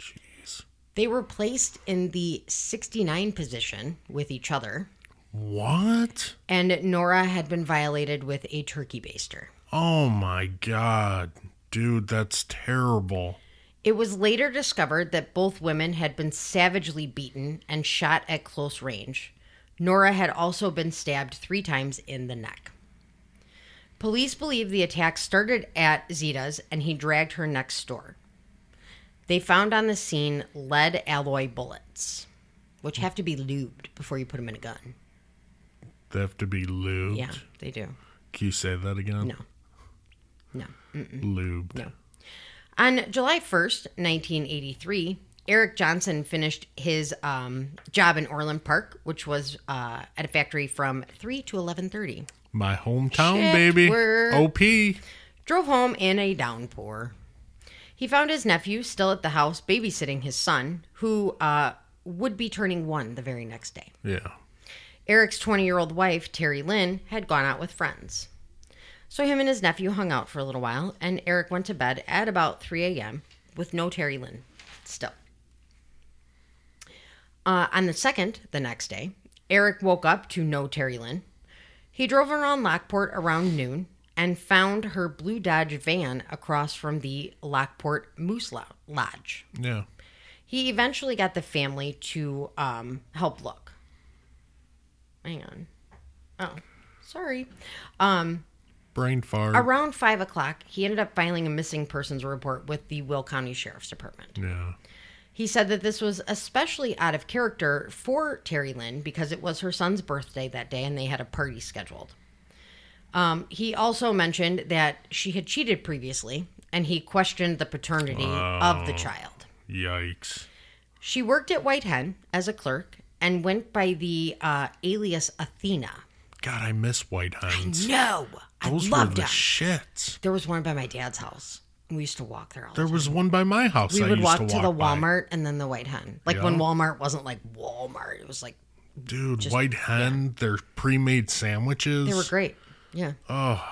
Jeez. They were placed in the 69 position with each other, What? and Nora had been violated with a turkey baster. Oh my god. Dude, that's terrible. It was later discovered that both women had been savagely beaten and shot at close range. Nora had also been stabbed three times in the neck. Police believe the attack started at Zita's and he dragged her next door. They found on the scene lead alloy bullets, which have to be lubed before you put them in a gun. They have to be lubed. Yeah, they do. Can you say that again? No. No. Lubed. No. On July 1st, 1983, Eric Johnson finished his um, job in Orland Park, which was uh, at a factory from 3 to 11:30. My hometown, Shit, baby. we're- OP. Drove home in a downpour. He found his nephew still at the house babysitting his son, who uh, would be turning 1 the very next day. Yeah. Eric's 20 year old wife, Terry Lynn, had gone out with friends. So him and his nephew hung out for a little while, and Eric went to bed at about 3 a.m. with no Terry Lynn still. Uh, on the 2nd, the next day, Eric woke up to no Terry Lynn. He drove around Lockport around noon and found her blue Dodge van across from the Lockport Moose Lo- Lodge. Yeah. He eventually got the family to um, help look. Hang on. Oh, sorry. Um, Brain fart. around five o'clock, he ended up filing a missing persons report with the Will County Sheriff's Department. yeah. He said that this was especially out of character for Terry Lynn because it was her son's birthday that day and they had a party scheduled. Um, he also mentioned that she had cheated previously and he questioned the paternity of the child. Yikes. She worked at White Hen as a clerk and went by the uh, alias Athena. God, I miss White Hines. No, I Those were loved the them. shits. there was one by my dad's house. and We used to walk there all the There time. was one by my house. We I would used walk to, to, walk the by. Walmart and then the White Hen. Like when Walmart wasn't like Walmart, it was like Dude, White Hen, their pre-made sandwiches. they were great. Yeah. Oh.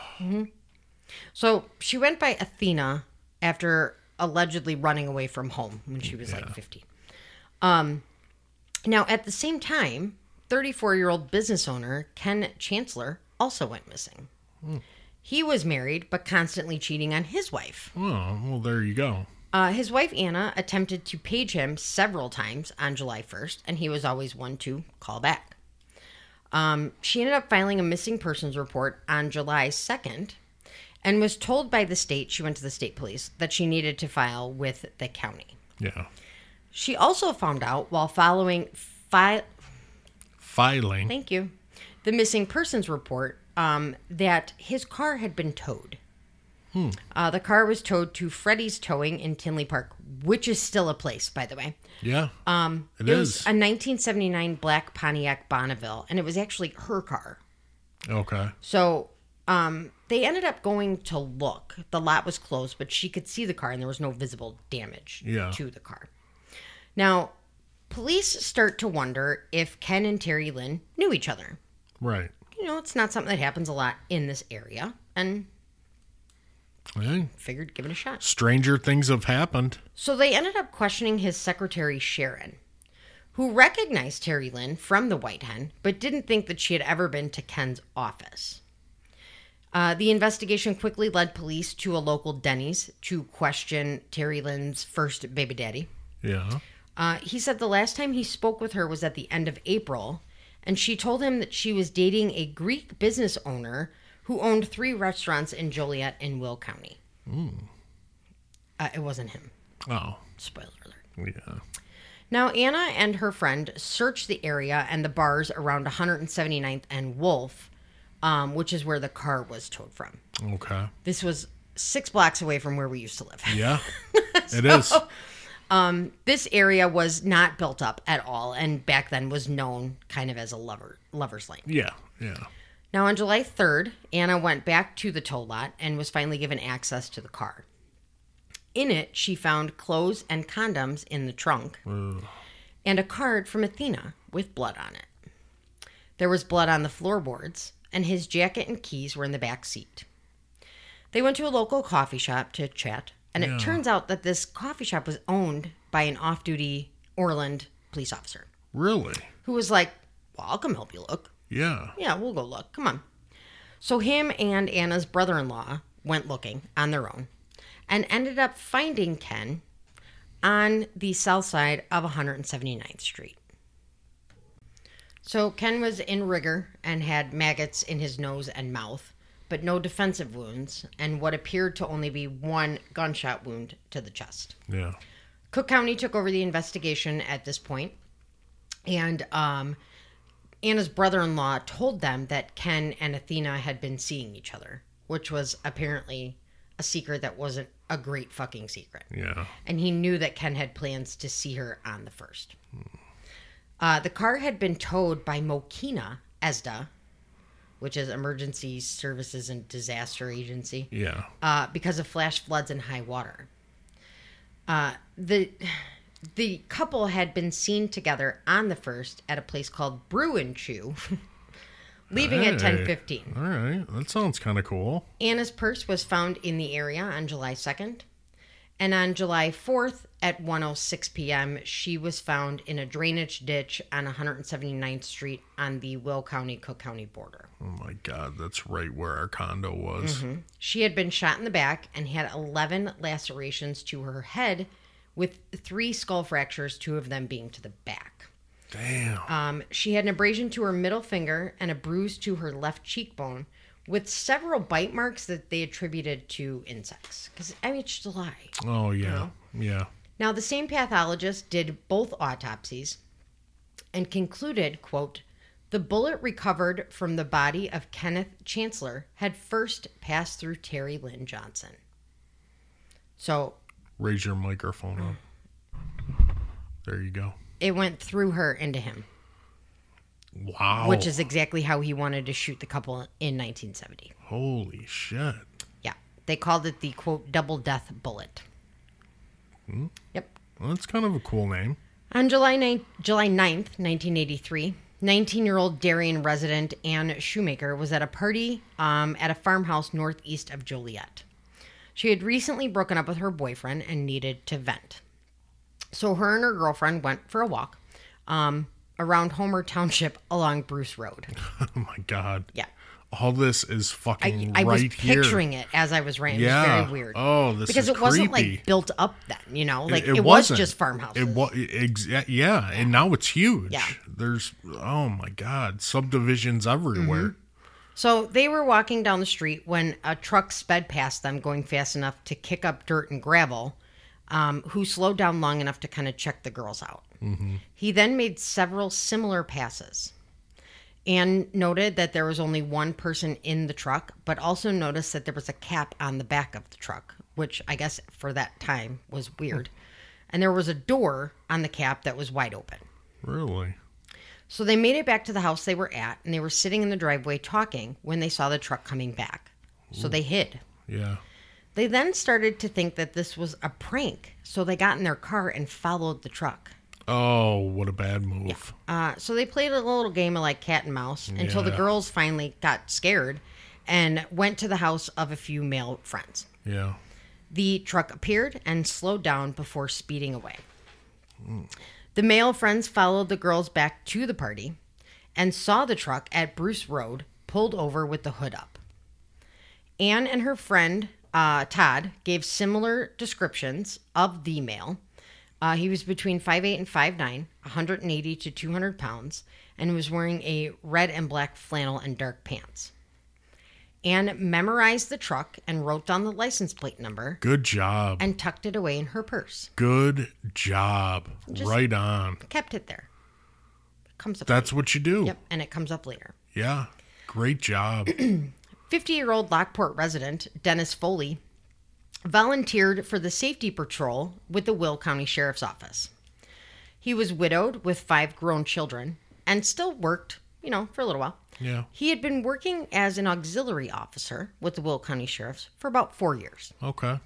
So she went by Athena after allegedly running away from home when she was like 15. Um, now, at the same time, 34 year old business owner Ken Chancellor also went missing. He was married but constantly cheating on his wife. Oh, well, there you go. Uh, his wife Anna attempted to page him several times on July 1st, and he was always one to call back. Um, she ended up filing a missing persons report on July 2nd and was told by the state, she went to the state police, that she needed to file with the county. Yeah. She also found out while following fi- Filing. thank you, the missing persons report um, that his car had been towed. Hmm. Uh, the car was towed to Freddy's Towing in Tinley Park, which is still a place, by the way. Yeah. Um, it It was is. a 1979 black Pontiac Bonneville, and it was actually her car. okay. So um, they ended up going to look. The lot was closed, but she could see the car, and there was no visible damage Yeah. to the car. Now, police start to wonder if Ken and Terry Lynn knew each other. Right. You know, it's not something that happens a lot in this area, and Hey, figured give it a shot. stranger things have happened. So they ended up questioning his secretary, Sharon, who recognized Terry Lynn from the White Hen, but didn't think that she had ever been to Ken's office. Uh, the investigation quickly led police to a local Denny's to question Terry Lynn's first baby daddy. Yeah. Uh, he said the last time he spoke with her was at the end of April, and she told him that she was dating a Greek business owner who owned three restaurants in Joliet and Will County. Uh, it wasn't him. Oh. Spoiler alert. Yeah. Now, Anna and her friend searched the area and the bars around 179th and Wolf, um, which is where the car was towed from. Okay. This was six blocks away from where we used to live. Yeah. it is. This area was not built up at all, and back then was known kind of as a lover lover's lane. Yeah. Yeah. Now, on July 3rd, Anna went back to the tow lot and was finally given access to the car. In it, she found clothes and condoms in the trunk Ugh. and a card from Athena with blood on it. There was blood on the floorboards, and his jacket and keys were in the back seat. They went to a local coffee shop to chat, and Yeah. it turns out that this coffee shop was owned by an off duty Orland police officer Really? who was like, Well, I'll come help you look. Yeah. Yeah, we'll go look. Come on. So him and Anna's brother in law went looking on their own and ended up finding Ken on the south side of 179th Street. So Ken was in rigor and had maggots in his nose and mouth, but no defensive wounds and what appeared to only be one gunshot wound to the chest. Yeah. Cook County took over the investigation at this point, and um, Anna's brother-in-law told them that Ken and Athena had been seeing each other, which was apparently a secret that wasn't a great fucking secret. Yeah. And he knew that Ken had plans to see her on the first. Uh, the car had been towed by Mokina ESDA, which is Emergency Services and Disaster Agency Yeah. uh, because of flash floods and high water. Uh, the the couple had been seen together on the first at a place called Brew and Chew, leaving at ten fifteen. All right. That sounds kind of cool. Anna's purse was found in the area on July second, and on July fourth at one oh six p.m. she was found in a drainage ditch on 179th Street on the Will County Cook County border. Oh my God. That's right where our condo was. She had been shot in the back and had 11 lacerations to her head, with three skull fractures, two of them being to the back. Damn. Um, she had an abrasion to her middle finger and a bruise to her left cheekbone, with several bite marks that they attributed to insects. Because, I mean, it's July. Oh, yeah. Yeah. Now, the same pathologist did both autopsies and concluded, quote, the bullet recovered from the body of Kenneth Chancellor had first passed through Terry Lynn Johnson. So Raise your microphone up. There you go. it went through her into him, Wow. which is exactly how he wanted to shoot the couple in 1970. Holy shit. Yeah. They called it the, quote, double death bullet. Yep. Well, that's kind of a cool name. On July 9th, July 9th 1983, 19-year-old Darien resident Ann Shoemaker was at a party um, at a farmhouse northeast of Joliet. She had recently broken up with her boyfriend and needed to vent. So her and her girlfriend went for a walk um, around Homer Township along Bruce Road. oh my God. Yeah. All this is fucking I right was here. picturing it as I was writing. yeah. It was very weird. Oh, this because is it wasn't creepy. like built up then, you know? Like it, it was wasn't. just farmhouses. It was exa- yeah, and now it's huge. Yeah. There's oh my god, subdivisions everywhere. So they were walking down the street when a truck sped past them, going fast enough to kick up dirt and gravel, um, who slowed down long enough to kind of check the girls out. He then made several similar passes and noted that there was only one person in the truck, but also noticed that there was a cap on the back of the truck, which I guess for that time was weird. And there was a door on the cap that was wide open. Really? So they made it back to the house they were at, and they were sitting in the driveway talking when they saw the truck coming back. So they hid. Yeah. They then started to think that this was a prank, so they got in their car and followed the truck. Oh, what a bad move. Uh, so they played a little game of like cat and mouse until the Yeah. girls finally got scared and went to the house of a few male friends. Yeah. The truck appeared and slowed down before speeding away. The male friends followed the girls back to the party and saw the truck at Bruce Road pulled over with the hood up. Anne and her friend uh, Todd gave similar descriptions of the male. Uh, he was between 5'8 and 5'9, 180 to 200 pounds, and was wearing a red and black flannel and dark pants. Anne memorized the truck and wrote down the license plate number Good job. and tucked it away in her purse. Good job. Just- right on. Kept it there. It comes up. That's what you do. yep, and it comes up later. Yeah. Great job. 50 year old Lockport resident Dennis Foley volunteered for the safety patrol with the Will County Sheriff's Office. He was widowed with five grown children and still worked, you know, for a little while. yeah. He had been working as an auxiliary officer with the Will County Sheriff's for about four years. Okay.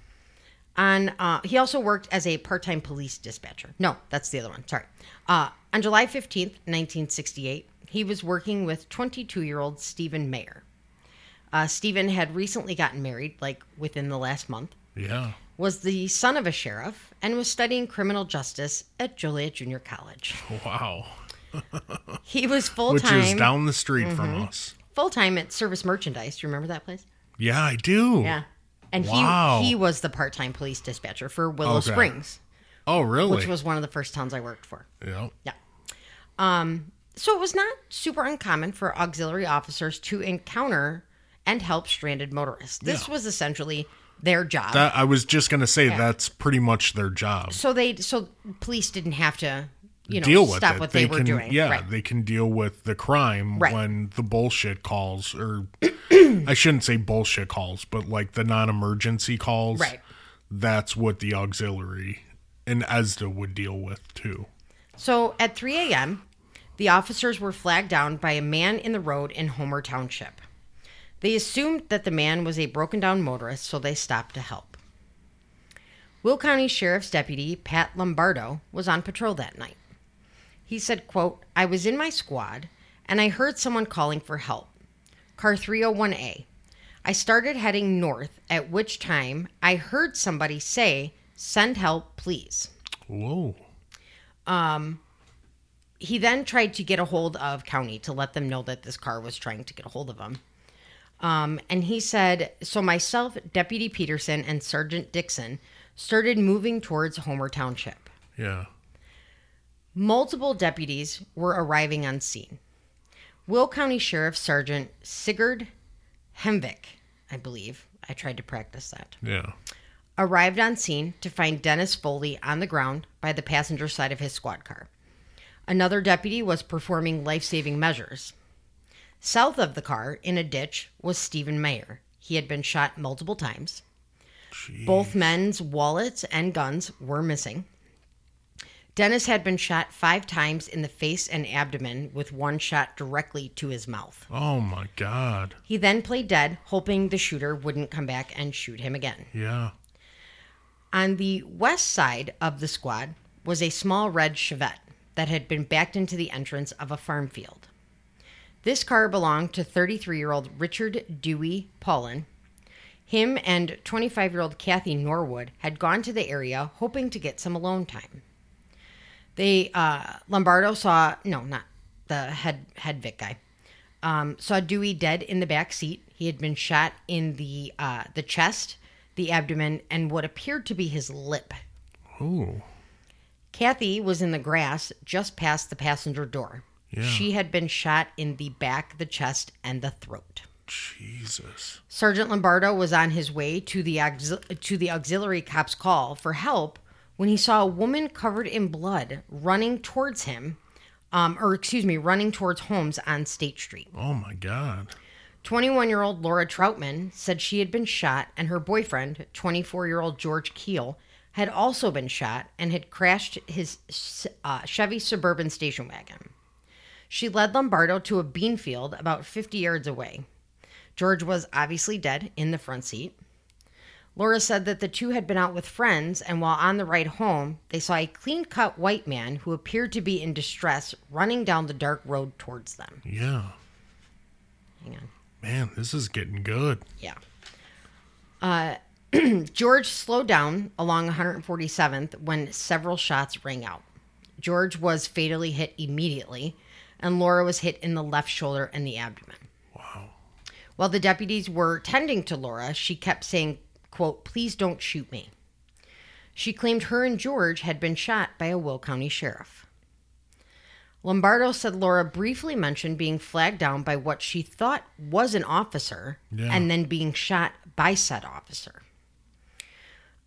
On uh, he also worked as a part-time police dispatcher. No, that's the other one. Sorry. Uh, on July fifteenth, nineteen sixty-eight, he was working with twenty-two-year-old Stephen Mayer. Uh, Stephen had recently gotten married, like within the last month. Yeah. Was the son of a sheriff and was studying criminal justice at Joliet Junior College. Wow. He was full Which is time Mm-hmm. down the street from us. full time at Service Merchandise. Do you remember that place? Yeah, I do. Yeah. And Wow. he he was the part time police dispatcher for Willow Okay. Springs, Oh, really? which was one of the first towns I worked for. yeah. Yeah. Um, so it was not super uncommon for auxiliary officers to encounter and help stranded motorists. This was essentially their job. That, I was just gonna say that's pretty much their job. so they so police didn't have to you know deal with stop it. what they, were can, doing. Yeah, Right. they can deal with the crime Right. when the bullshit calls, or I shouldn't say bullshit calls, but like the non-emergency calls. Right. That's what the auxiliary and ESDA would deal with too. So at 3 a.m., the officers were flagged down by a man in the road in Homer Township. They assumed that the man was a broken down motorist, so they stopped to help. Will County Sheriff's Deputy Pat Lombardo was on patrol that night. He said, quote, I was in my squad and I heard someone calling for help. Car 301A. I started heading north, at which time I heard somebody say, Send help, please. Whoa. he then tried to get a hold of county to let them know that this car was trying to get a hold of him um, and he said so myself deputy peterson and sergeant dixon started moving towards homer township Yeah. multiple deputies were arriving on scene will county sheriff sergeant sigurd hemvik i believe i tried to practice that Yeah. arrived on scene to find Dennis Foley on the ground by the passenger side of his squad car. Another deputy was performing life saving measures. South of the car, in a ditch, was Stephen Mayer. He had been shot multiple times. Gee. Both men's wallets and guns were missing. Dennis had been shot five times in the face and abdomen, with one shot directly to his mouth. Oh my god. He then played dead, hoping the shooter wouldn't come back and shoot him again. Yeah. On the west side of the squad was a small red Chevette that had been backed into the entrance of a farm field. This car belonged to 33 year old Richard Dewey Paulin. Him and 25 year old Kathy Norwood had gone to the area hoping to get some alone time. They, uh, Lombardo saw, no, not the head, head Vic guy, um, saw Dewey dead in the back seat. He had been shot in the, uh, the chest, the abdomen, and what appeared to be his lip. Oh. Kathy was in the grass just past the passenger door. Yeah. She had been shot in the back, the chest, and the throat. Jesus. Sergeant Lombardo was on his way to the auxil- to the auxiliary cop's call for help when he saw a woman covered in blood running towards him, um, or excuse me, running towards Holmes on State Street. Oh my god. 21 year old Laura Troutman said she had been shot, and her boyfriend, 24 year old George Keel, had also been shot and had crashed his uh, Chevy Suburban station wagon. She led Lombardo to a bean field about 50 yards away. George was obviously dead in the front seat. Laura said that the two had been out with friends, and while on the ride home, they saw a clean cut white man who appeared to be in distress running down the dark road towards them. Yeah. Hang on. Man, this is getting good. Yeah. Uh, George slowed down along 147th when several shots rang out. George was fatally hit immediately, and Laura was hit in the left shoulder and the abdomen. Wow. While the deputies were tending to Laura, she kept saying, quote, please don't shoot me. She claimed her and George had been shot by a Will County sheriff. Lombardo said Laura briefly mentioned being flagged down by what she thought was an officer Yeah. and then being shot by said officer.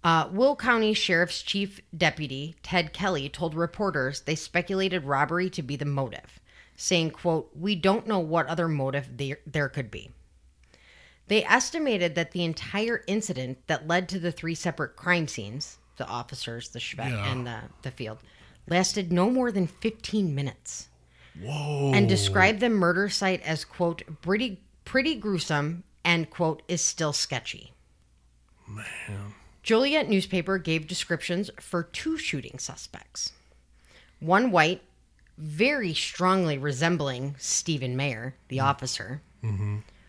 Uh, Will County Sheriff's Chief Deputy Ted Kelly told reporters they speculated robbery to be the motive, saying, quote, We don't know what other motive there, there could be. They estimated that the entire incident that led to the three separate crime scenes the officers, the Chevette, Yeah. and the, the field lasted no more than 15 minutes Whoa. and described the murder site as, quote, pretty, pretty gruesome and, quote, is still sketchy. man. Joliet newspaper gave descriptions for two shooting suspects. One white, very strongly resembling Stephen Mayer, the officer,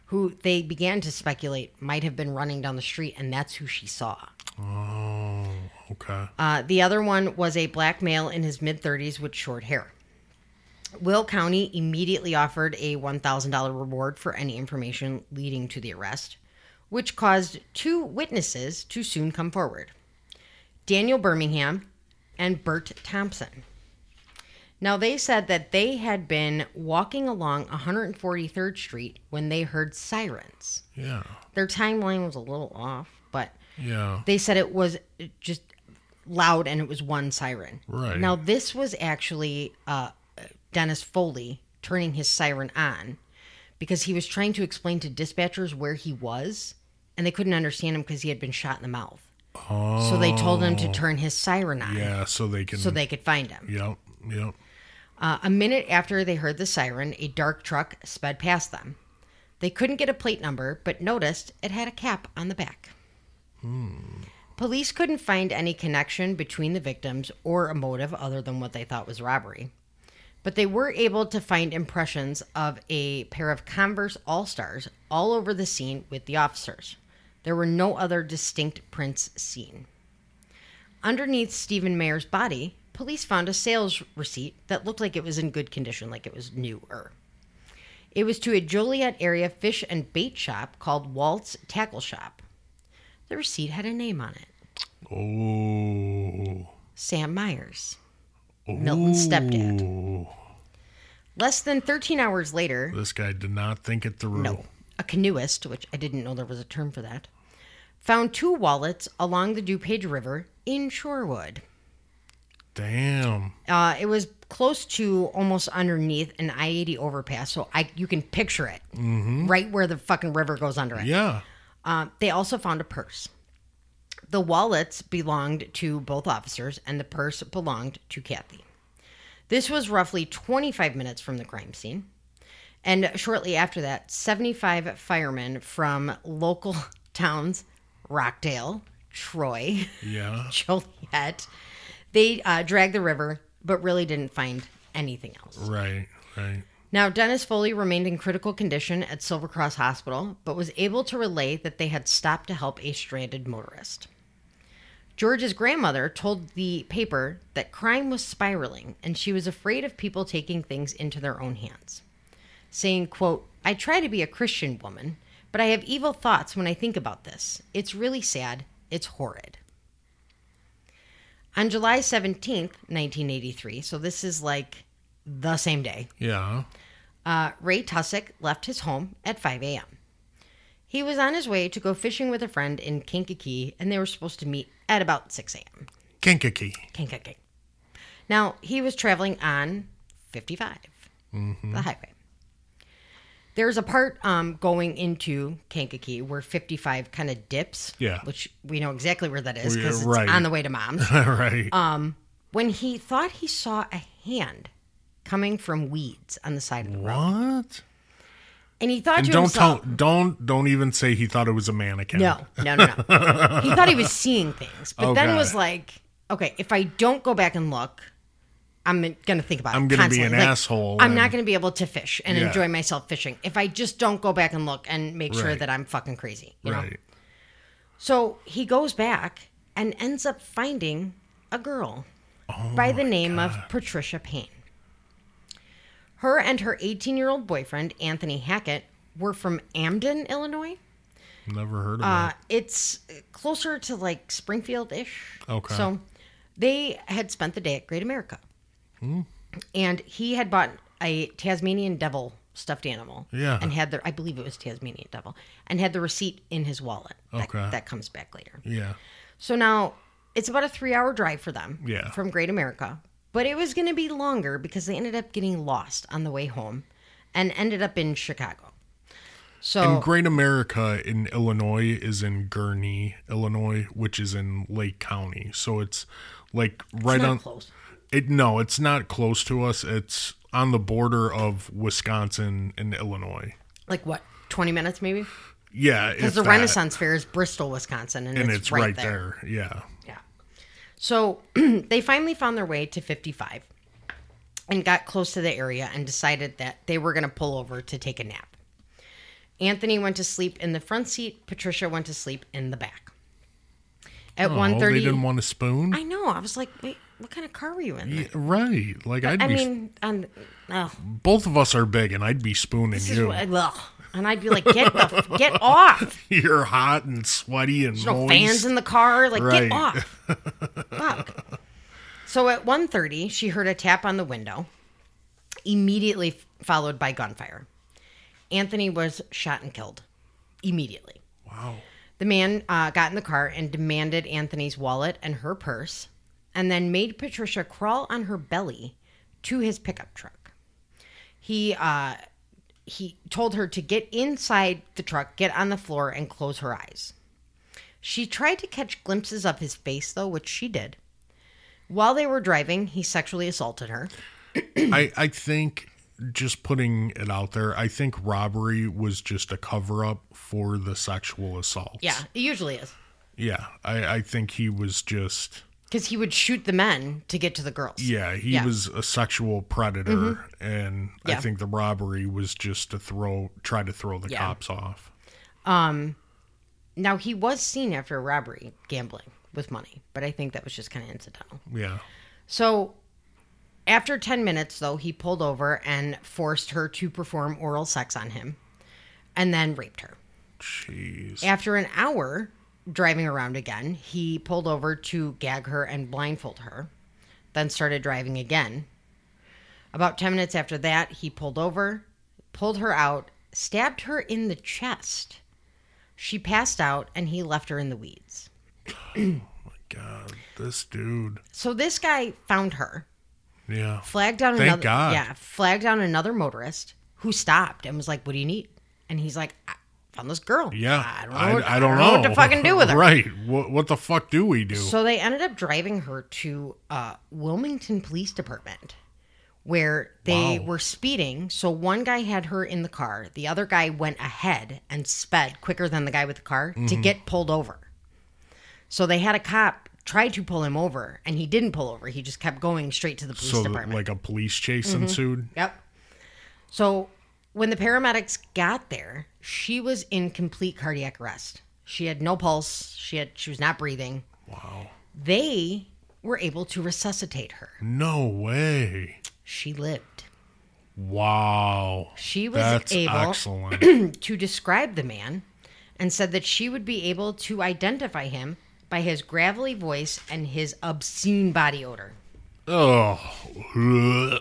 who they began to speculate might have been running down the street, and that's who she saw. Oh, okay. Uh, the other one was a black male in his mid 30s with short hair. Will County immediately offered a $1,000 reward for any information leading to the arrest, which caused two witnesses to soon come forward Daniel Birmingham and Bert Thompson. Now, they said that they had been walking along 143rd Street when they heard sirens. Yeah. Their timeline was a little off, but Yeah. they said it was just loud and it was one siren. Right. Now, this was actually uh, Dennis Foley turning his siren on because he was trying to explain to dispatchers where he was and they couldn't understand him because he had been shot in the mouth. Oh. So they told him to turn his siren on Yeah, so they can. so they could find him. Yep. Yep. Uh, a minute after they heard the siren, a dark truck sped past them. They couldn't get a plate number, but noticed it had a cap on the back. Police couldn't find any connection between the victims or a motive other than what they thought was robbery. But they were able to find impressions of a pair of Converse All Stars all over the scene with the officers. There were no other distinct prints seen. Underneath Stephen Mayer's body, police found a sales receipt that looked like it was in good condition, like it was newer. It was to a Joliet area fish and bait shop called Walt's Tackle Shop. The receipt had a name on it Oh. Sam Myers. Milton's stepdad. Ooh. Less than 13 hours later, This guy did not think it through. no, a canoeist, which I didn't know there was a term for that, found two wallets along the DuPage River in Shorewood. Damn. Uh, it was close to almost underneath an I eighty overpass, so I you can picture it right where the fucking river goes under it. Yeah. Uh, they also found a purse. The wallets belonged to both officers, and the purse belonged to Kathy. This was roughly 25 minutes from the crime scene. And shortly after that, 75 firemen from local towns, Rockdale, Troy, Yeah. Joliet. They uh, dragged the river, but really didn't find anything else. Right. Right. Now, Dennis Foley remained in critical condition at Silver Cross Hospital, but was able to relay that they had stopped to help a stranded motorist. George's grandmother told the paper that crime was spiraling and she was afraid of people taking things into their own hands, saying, quote, I try to be a Christian woman, but I have evil thoughts when I think about this. It's really sad. It's horrid. On July 17th, 1983, so this is like the same day, Yeah. uh, Ray Tusick left his home at 5 a.m. He was on his way to go fishing with a friend in Kankakee, and they were supposed to meet at about 6 a.m. Kankakee. Kankakee. Now, he was traveling on 55, Mm-hmm. the highway. There's a part um, going into Kankakee where 55 kind of dips, Yeah. which we know exactly where that is Well, because yeah, right. it's on the way to mom's. right. Um, when he thought he saw a hand coming from weeds on the side of the road, what? and he thought And to don't himself, tell. Don't don't even say he thought it was a mannequin. No, no, no, no. he thought he was seeing things, but Oh, then God. was like, okay, if I don't go back and look, I'm going to think about it. I'm gonna be constantly. an Like, asshole I'm not and- going to be able to fish and Yeah. enjoy myself fishing if I just don't go back and look and make sure Right. that I'm fucking crazy. You know? Right. So he goes back and ends up finding a girl Oh by the name of Patricia Payne. Her and her 18 year old boyfriend, Anthony Hackett, were from Amden, Illinois. Never heard of Uh, it's closer to like Springfield ish. Okay. So they had spent the day at Great America. Hmm. And he had bought a Tasmanian devil stuffed animal. Yeah. And had the, I believe it was Tasmanian devil, and had the receipt in his wallet. That- Okay. that comes back later. it. Yeah. So now it's about a three hour drive for them Yeah. from Great America. But it was going to be longer because they ended up getting lost on the way home and ended up in Chicago. So Oh. And Great America in Illinois is in Gurney, Illinois, which is in Lake County. So it's like right not on. close. It no, it's not close to us. It's on the border of Wisconsin and Illinois. like what, 20 minutes maybe? yeah, Because if the that, Renaissance Fair is Bristol, Wisconsin, and, and it's, right, there. there. Yeah, Oh, Yeah. So they finally found their way to 55 and got close to the area and decided that they were going to pull over to take a nap. Anthony went to sleep in the front seat, Patricia went to sleep in the back. At oh, 1:30 they didn't want a spoon, I know. I was like, "Wait, what kind of car were you in?" Yeah, right? Like I'd I be. mean, and oh, both of us are big, and I'd be spooning this is you. what- ugh. and I'd be like, "Get the f- get off!" You're hot and sweaty and There's moist. no fans in the car. Like, Right. get off. Fuck. So at 1.30, she heard a tap on the window, immediately f- followed by gunfire. Anthony was shot and killed immediately. wow. The man uh, got in the car and demanded Anthony's wallet and her purse, and then made Patricia crawl on her belly to his pickup truck. He uh, he told her to get inside the truck, get on the floor, and close her eyes. She tried to catch glimpses of his face, though, which she did. While they were driving, he sexually assaulted her. I, I think just putting it out there, I think robbery was just a cover up for the sexual assault. Yeah, it usually is Yeah. I, I think he was just because he would shoot the men to get to the girls. yeah, he Yeah. Mm-hmm. was a sexual predator and I Yeah. think the robbery was just to throw try to throw the Yeah. cops off. Now he was seen after a robbery gambling with money, but I think that was just kind of incidental. Yeah. So after 10 minutes though, he pulled over and forced her to perform oral sex on him and then raped her. Jeez. After an hour driving around again, he pulled over to gag her and blindfold her, then started driving again. About 10 minutes after that, he pulled over, pulled her out, stabbed her in the chest. She passed out and he left her in the weeds. God, this dude. So this guy found her, Yeah. flagged down Thank another God. yeah, flagged down another motorist who stopped and was like, "What do you need?" And he's like, "I found this girl. Yeah. I don't know, what, I, don't know. what to fucking do with her." right. What what the fuck do we do? So they ended up driving her to uh, Wilmington Police Department, where they Wow. were speeding. So one guy had her in the car, the other guy went ahead and sped quicker than the guy with the car Mm-hmm. to get pulled over. So they had a cop try to pull him over, and he didn't pull over. He just kept going straight to the police So department. like a police chase Mm-hmm. ensued. Yep. So when the paramedics got there, she was in complete cardiac arrest. She had no pulse. She had she was not breathing. Wow. They were able to resuscitate her. No way. She lived. Wow. She was That's able excellent. to describe the man and said that she would be able to identify him by his gravelly voice and his obscene body odor. oh.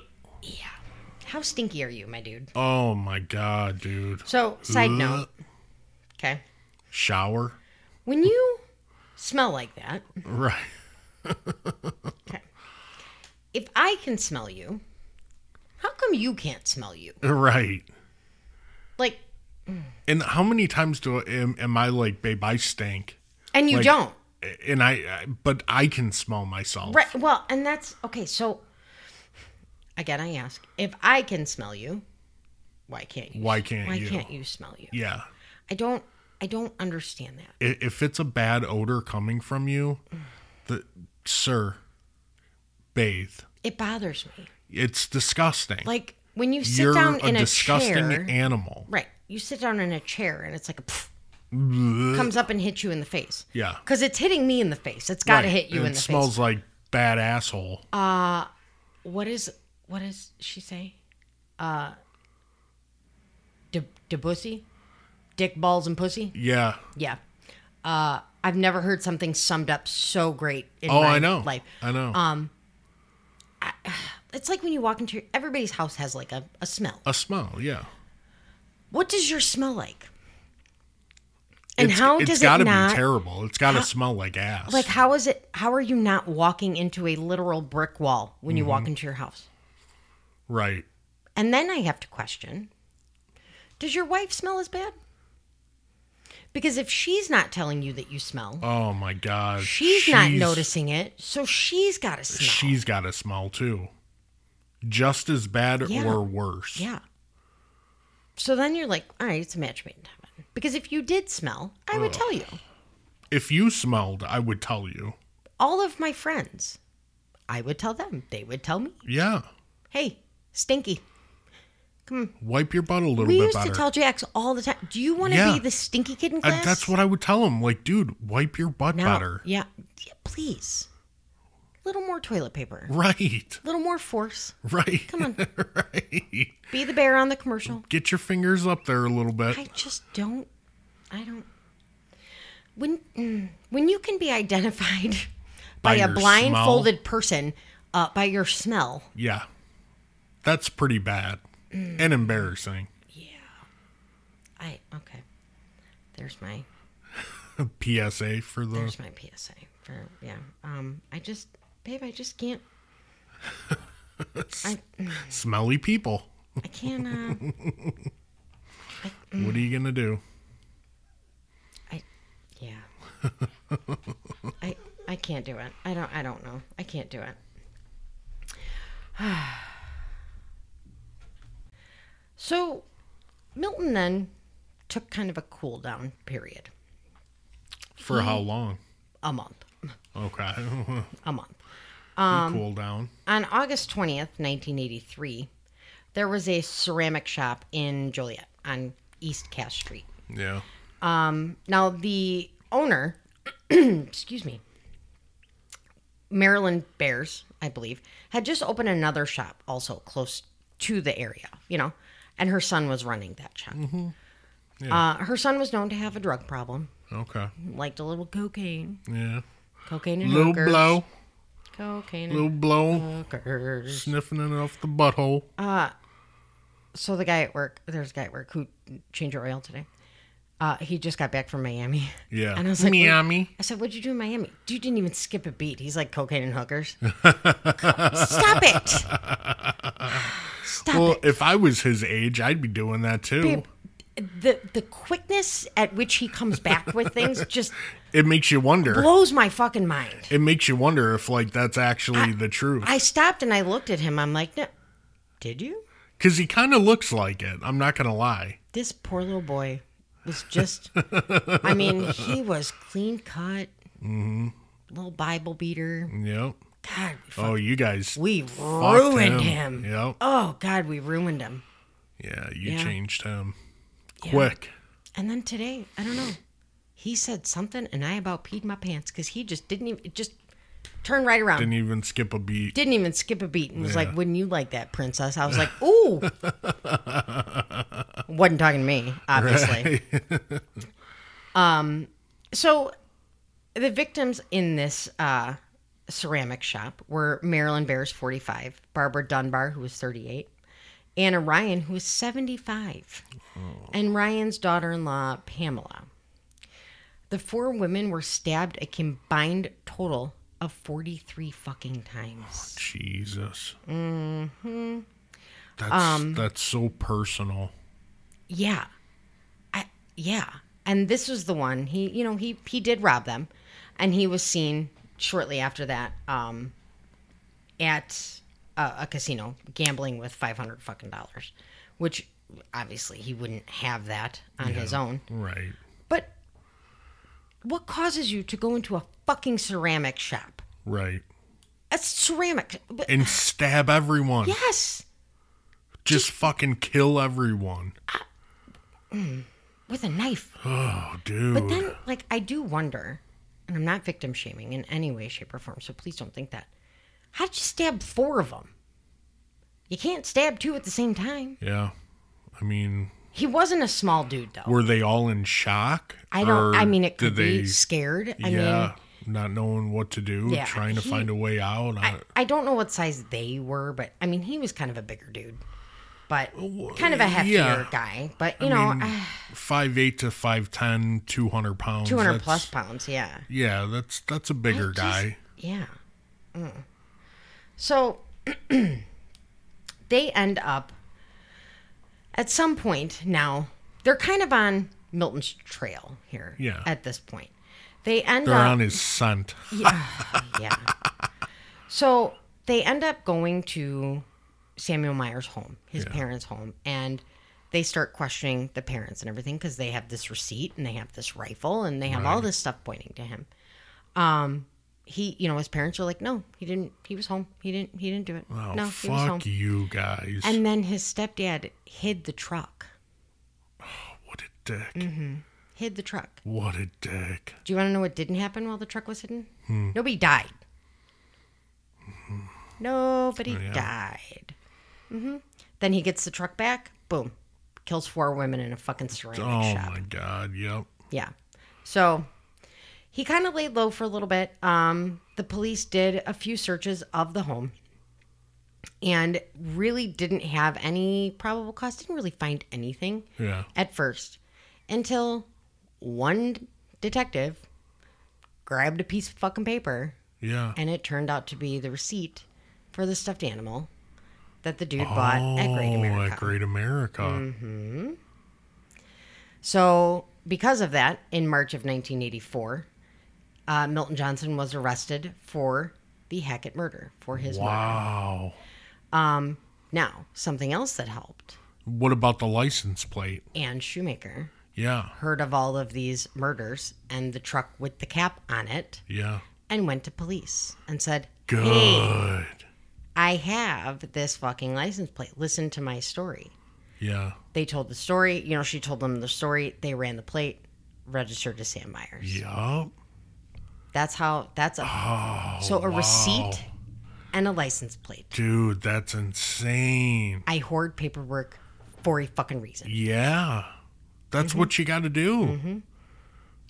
How stinky are you, my dude? Oh my god, dude. So, side note. Uh. Okay. Shower? When you smell like that, Right. if I can smell you, how come you can't smell you? Right. Like, And how many times do I, am, am I like, babe, I stink? and you Like- don't. And I, I but I can smell myself. Right. Well, and that's okay. So, again, I ask if I can smell you, why can't you? Why can't why you? can't you smell you? Yeah. I don't. I don't understand that. I- If it's a bad odor coming from you, the sir, bathe. It bothers me. It's disgusting. Like when you sit You're down a in a disgusting chair. animal. right. You sit down in a chair, and it's like a pff, comes up and hits you in the face. Yeah. Because it's hitting me in the face. It's got to Right. hit you it in the smells face. Uh, like bad asshole. What is? What does she say? Uh. De pussy, dick balls and pussy. yeah. Yeah. Uh, I've never heard something summed up so great in Oh, my I know. life. Um, I know. It's like when you walk into everybody's house has like a, a smell. a smell, yeah. What does your smell like? And It's- how it's does gotta it not be terrible. It's got to smell like ass. like how is it how are you not walking into a literal brick wall when you Mm-hmm. walk into your house? right. And then I have to question Does your wife smell as bad? Because if she's not telling you that you smell, Oh my god. she's, not noticing it, so she's got to smell. She's got a smell too. Just as bad Yeah. or worse. Yeah. So then you're like, all right, it's a match made in heaven. Because if you did smell, I would tell you. If you smelled, I would tell you. All of my friends, I would tell them. They would tell me, Yeah. hey, stinky. Wipe your butt a little We bit used better. to tell Jax all the time, do you want to Yeah. be the stinky kid in I- class? that's what I would tell him. Like, dude, wipe your butt No. better. Yeah. yeah. Please. A little more toilet paper. Right. A little more force. Right. Come on. right. Be the bear on the commercial. Get your fingers up there a little bit. I just don't. I don't. When mm, when you can be identified by, By a your blindfolded person uh, by your smell, yeah. That's pretty bad and embarrassing. I okay. There's my PSA for the there's my PSA for yeah. Um, I just babe, I just can't. I mm. smelly people. I can't. Uh, What are you going to do? I yeah. I I can't do it. I don't. I don't know. I can't do it. so, Milton then took kind of a cool down period, For how Mm. long? a month, Okay. a month. Um, cool down. On August twentieth, nineteen eighty three, there was a ceramic shop in Joliet on East Cass Street. Yeah. Um, now the owner, excuse me, Maryland Bears, I believe, had just opened another shop also close to the area, you know, and her son was running that shop. Mm-hmm. Uh, her son was known to have a drug problem, Okay. liked a little cocaine, Yeah. cocaine and Little hookers, blow. cocaine and Little blow. hookers. Sniffing it off the butthole. Uh, So the guy at work, there's a guy at work who changed your oil today. Uh, he just got back from Miami. Yeah. And I was like, "Wait, Miami. I said, "What'd you do in Miami? Dude didn't even skip a beat. He's like cocaine and hookers. Stop it! Stop Well, it! if I was his age, I'd be doing that too. Babe, The the quickness at which he comes back with things just It makes you wonder. blows my fucking mind. It makes you wonder if like that's actually the truth. I stopped and I looked at him. I'm like, no, did you? Cuz he kind of looks like it. I'm not going to lie. This poor little boy was just. I mean, he was clean cut, Mm-hmm. little Bible beater. Yep. God, we, fu- Oh, you guys we fucked ruined him. Yep. Oh God, we ruined him. Yeah, you Yeah. changed him. Quick. And then today, I don't know. He said something, and I about peed my pants because he just didn't even it just turned right around. Didn't, Didn't even skip a beat. even skip a beat and was Yeah. like, "Wouldn't you like that, princess?" I was like, "Ooh." Wasn't talking to me, obviously. um, so the victims in this uh, ceramic shop were Marilyn Bears, forty-five, Barbara Dunbar, who was thirty-eight, Anna Ryan, who was seventy-five, and Ryan's daughter-in-law, Pamela. The four women were stabbed a combined total of 43 fucking times. Jesus. Mhm. Mm-hmm. That's Um, that's so personal. Yeah. I, yeah. And this was the one he, you know, he he did rob them and he was seen shortly after that um at a, a casino gambling with 500 fucking dollars, which obviously he wouldn't have that on his own. Right. But what causes you to go into a fucking ceramic shop? Right. A ceramic. But, And stab everyone. yes. Just fucking kill everyone. with a knife. Oh, dude. But then, like, I do wonder, and I'm not victim shaming in any way, shape, or form, so please don't think that. How'd you stab four of them? You can't stab two at the same time. yeah. I mean, He wasn't a small dude, though. were they all in shock? I Or don't. I mean, it did could they, be scared. I mean, yeah, not knowing what to do, Yeah, trying to he- find a way out. I, I don't know what size they were, but I mean, he was kind of a bigger dude, but kind of a heftier yeah. guy. But you know, ah, Mm. five eight to 5'10", 200 pounds. 200 that's- plus pounds. Yeah. Yeah, that's that's a bigger just- guy. Yeah. Mm. So they end up at some point now, they're kind of on Milton's trail here Yeah. at this point. They end They're up on his scent. yeah. yeah. So they end up going to Samuel Meyer's home, his parents' home, and they start questioning the parents and everything because they have this receipt and they have this rifle and they have all this stuff pointing to him. Um, he, you know, his parents are like, no, he didn't. He was home. He didn't. He didn't do it. Oh, no, he was home. fuck you guys. And then his stepdad hid the truck. what a dick. Mm. Hid the truck. What a dick. Do you want to know what didn't happen while the truck was hidden? Hmm. Nobody died. Nobody Oh, Yeah. died. hmm Then he gets the truck back. Boom. Kills four women in a fucking ceramic Oh shop. my god. Yep. Yeah. So he kind of laid low for a little bit. Um, the police did a few searches of the home and really didn't have any probable cause, didn't really find anything Yeah. at first until one detective grabbed a piece of fucking paper Yeah. and it turned out to be the receipt for the stuffed animal that the dude bought at Oh, Great America. Mm, at Great America. So, because of that, in March of 1984, uh, Milton Johnson was arrested for the Hackett murder, for his murder. Wow. Um, now, something else that helped What about the license plate? Anne Shoemaker Yeah. heard of all of these murders and the truck with the cap on it Yeah. and went to police and said, Good. Hey, I have this fucking license plate. Listen to my story. Yeah. They told the story. You know, she told them the story. They ran the plate, registered to Sam Myers. Yup. That's how. That's a. Oh, so a receipt and a license plate. Dude, that's insane. I hoard paperwork for a fucking reason. Yeah. That's Mm-hmm. what you got to do.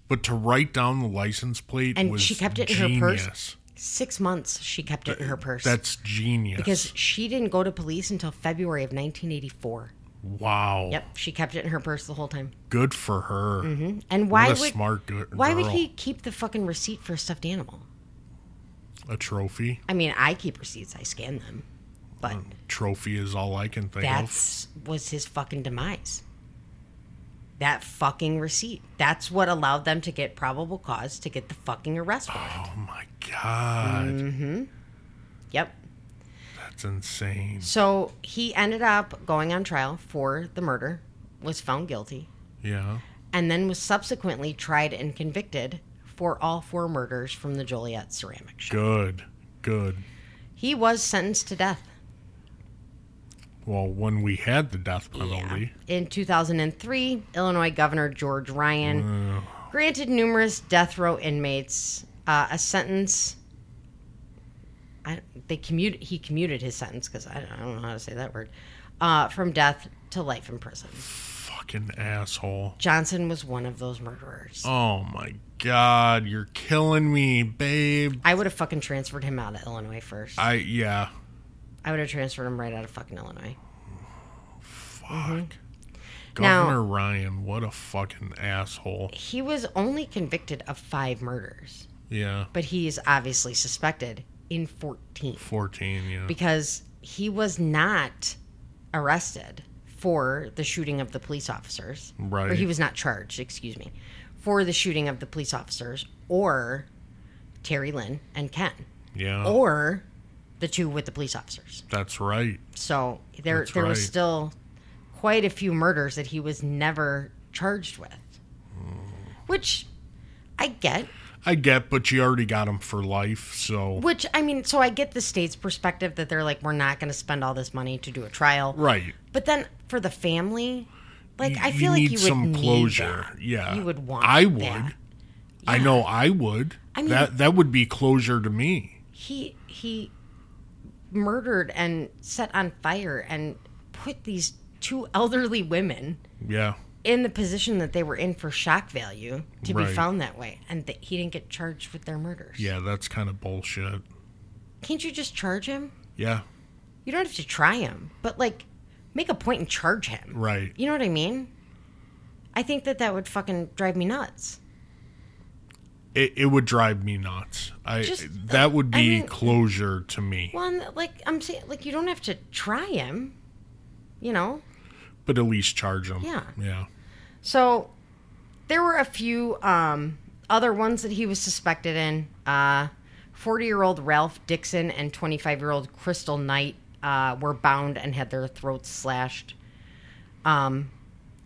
But to write down the license plate And was she kept it in her purse? genius. Six months she kept it in her purse That's genius. because she didn't go to police until February of 1984. wow. Yep, she kept it in her purse the whole time. Good for her. And why What a would smart gu- why would girl. he keep the fucking receipt for a stuffed animal? A trophy. I mean, I keep receipts. I scan them, but Oh, Trophy is all I can think of. that's was his fucking demise. That fucking receipt. That's what allowed them to get probable cause to get the fucking arrest warrant. Oh my god. Mm-hmm. Yep. That's insane. So he ended up going on trial for the murder, was found guilty, Yeah. and then was subsequently tried and convicted for all four murders from the Joliet ceramic shop. Good. Good. He was sentenced to death. Well, when we had the death penalty, In 2003, Illinois Governor George Ryan granted numerous death row inmates uh, a sentence. I, they commuted. He commuted his sentence because I, don't- I don't know how to say that word uh, from death to life in prison. fucking asshole. Johnson was one of those murderers. Oh my god, you're killing me, babe. I would have fucking transferred him out of Illinois first. I, I yeah. would have transferred him right out of fucking Illinois. Fuck. Mm-hmm. Now- Governor Ryan, what a fucking asshole. He was only convicted of five murders, Yeah. but he is obviously suspected in 14. 14, yeah. because he was not arrested for the shooting of the police officers. Or Right. he was not charged, excuse me, for the shooting of the police officers or Terry Lynn and Ken yeah. or the two with the police officers. That's right. So there That's there was right. still quite a few murders that he was never charged with. Hmm. Which I get. I get, but you already got him for life, so Which I mean, so I get the state's perspective that they're like, we're not going to spend all this money to do a trial, right. But then for the family, like Y- I feel like you would need that. Yeah, you would want. I would. that. I know I would. I mean- that that would be closure to me. He he murdered and set on fire and put these two elderly women Yeah, in the position that they were in for shock value to be Right. found that way, and that he didn't get charged with their murders. yeah, that's kind of bullshit. Can't you just charge him? Yeah, You don't have to try him, but like make a point and charge him. right. You know what I mean? I think that that would fucking drive me nuts. It, it would drive me nuts. I Just- that would I be mean- closure to me. Well, and, like I'm saying, like you don't have to try him, you know. But at least charge him. Yeah. yeah, So there were a few um, other ones that he was suspected in. Uh, Forty-year-old Ralph Dixon and twenty-five-year-old Crystal Knight uh, were bound and had their throats slashed. Um,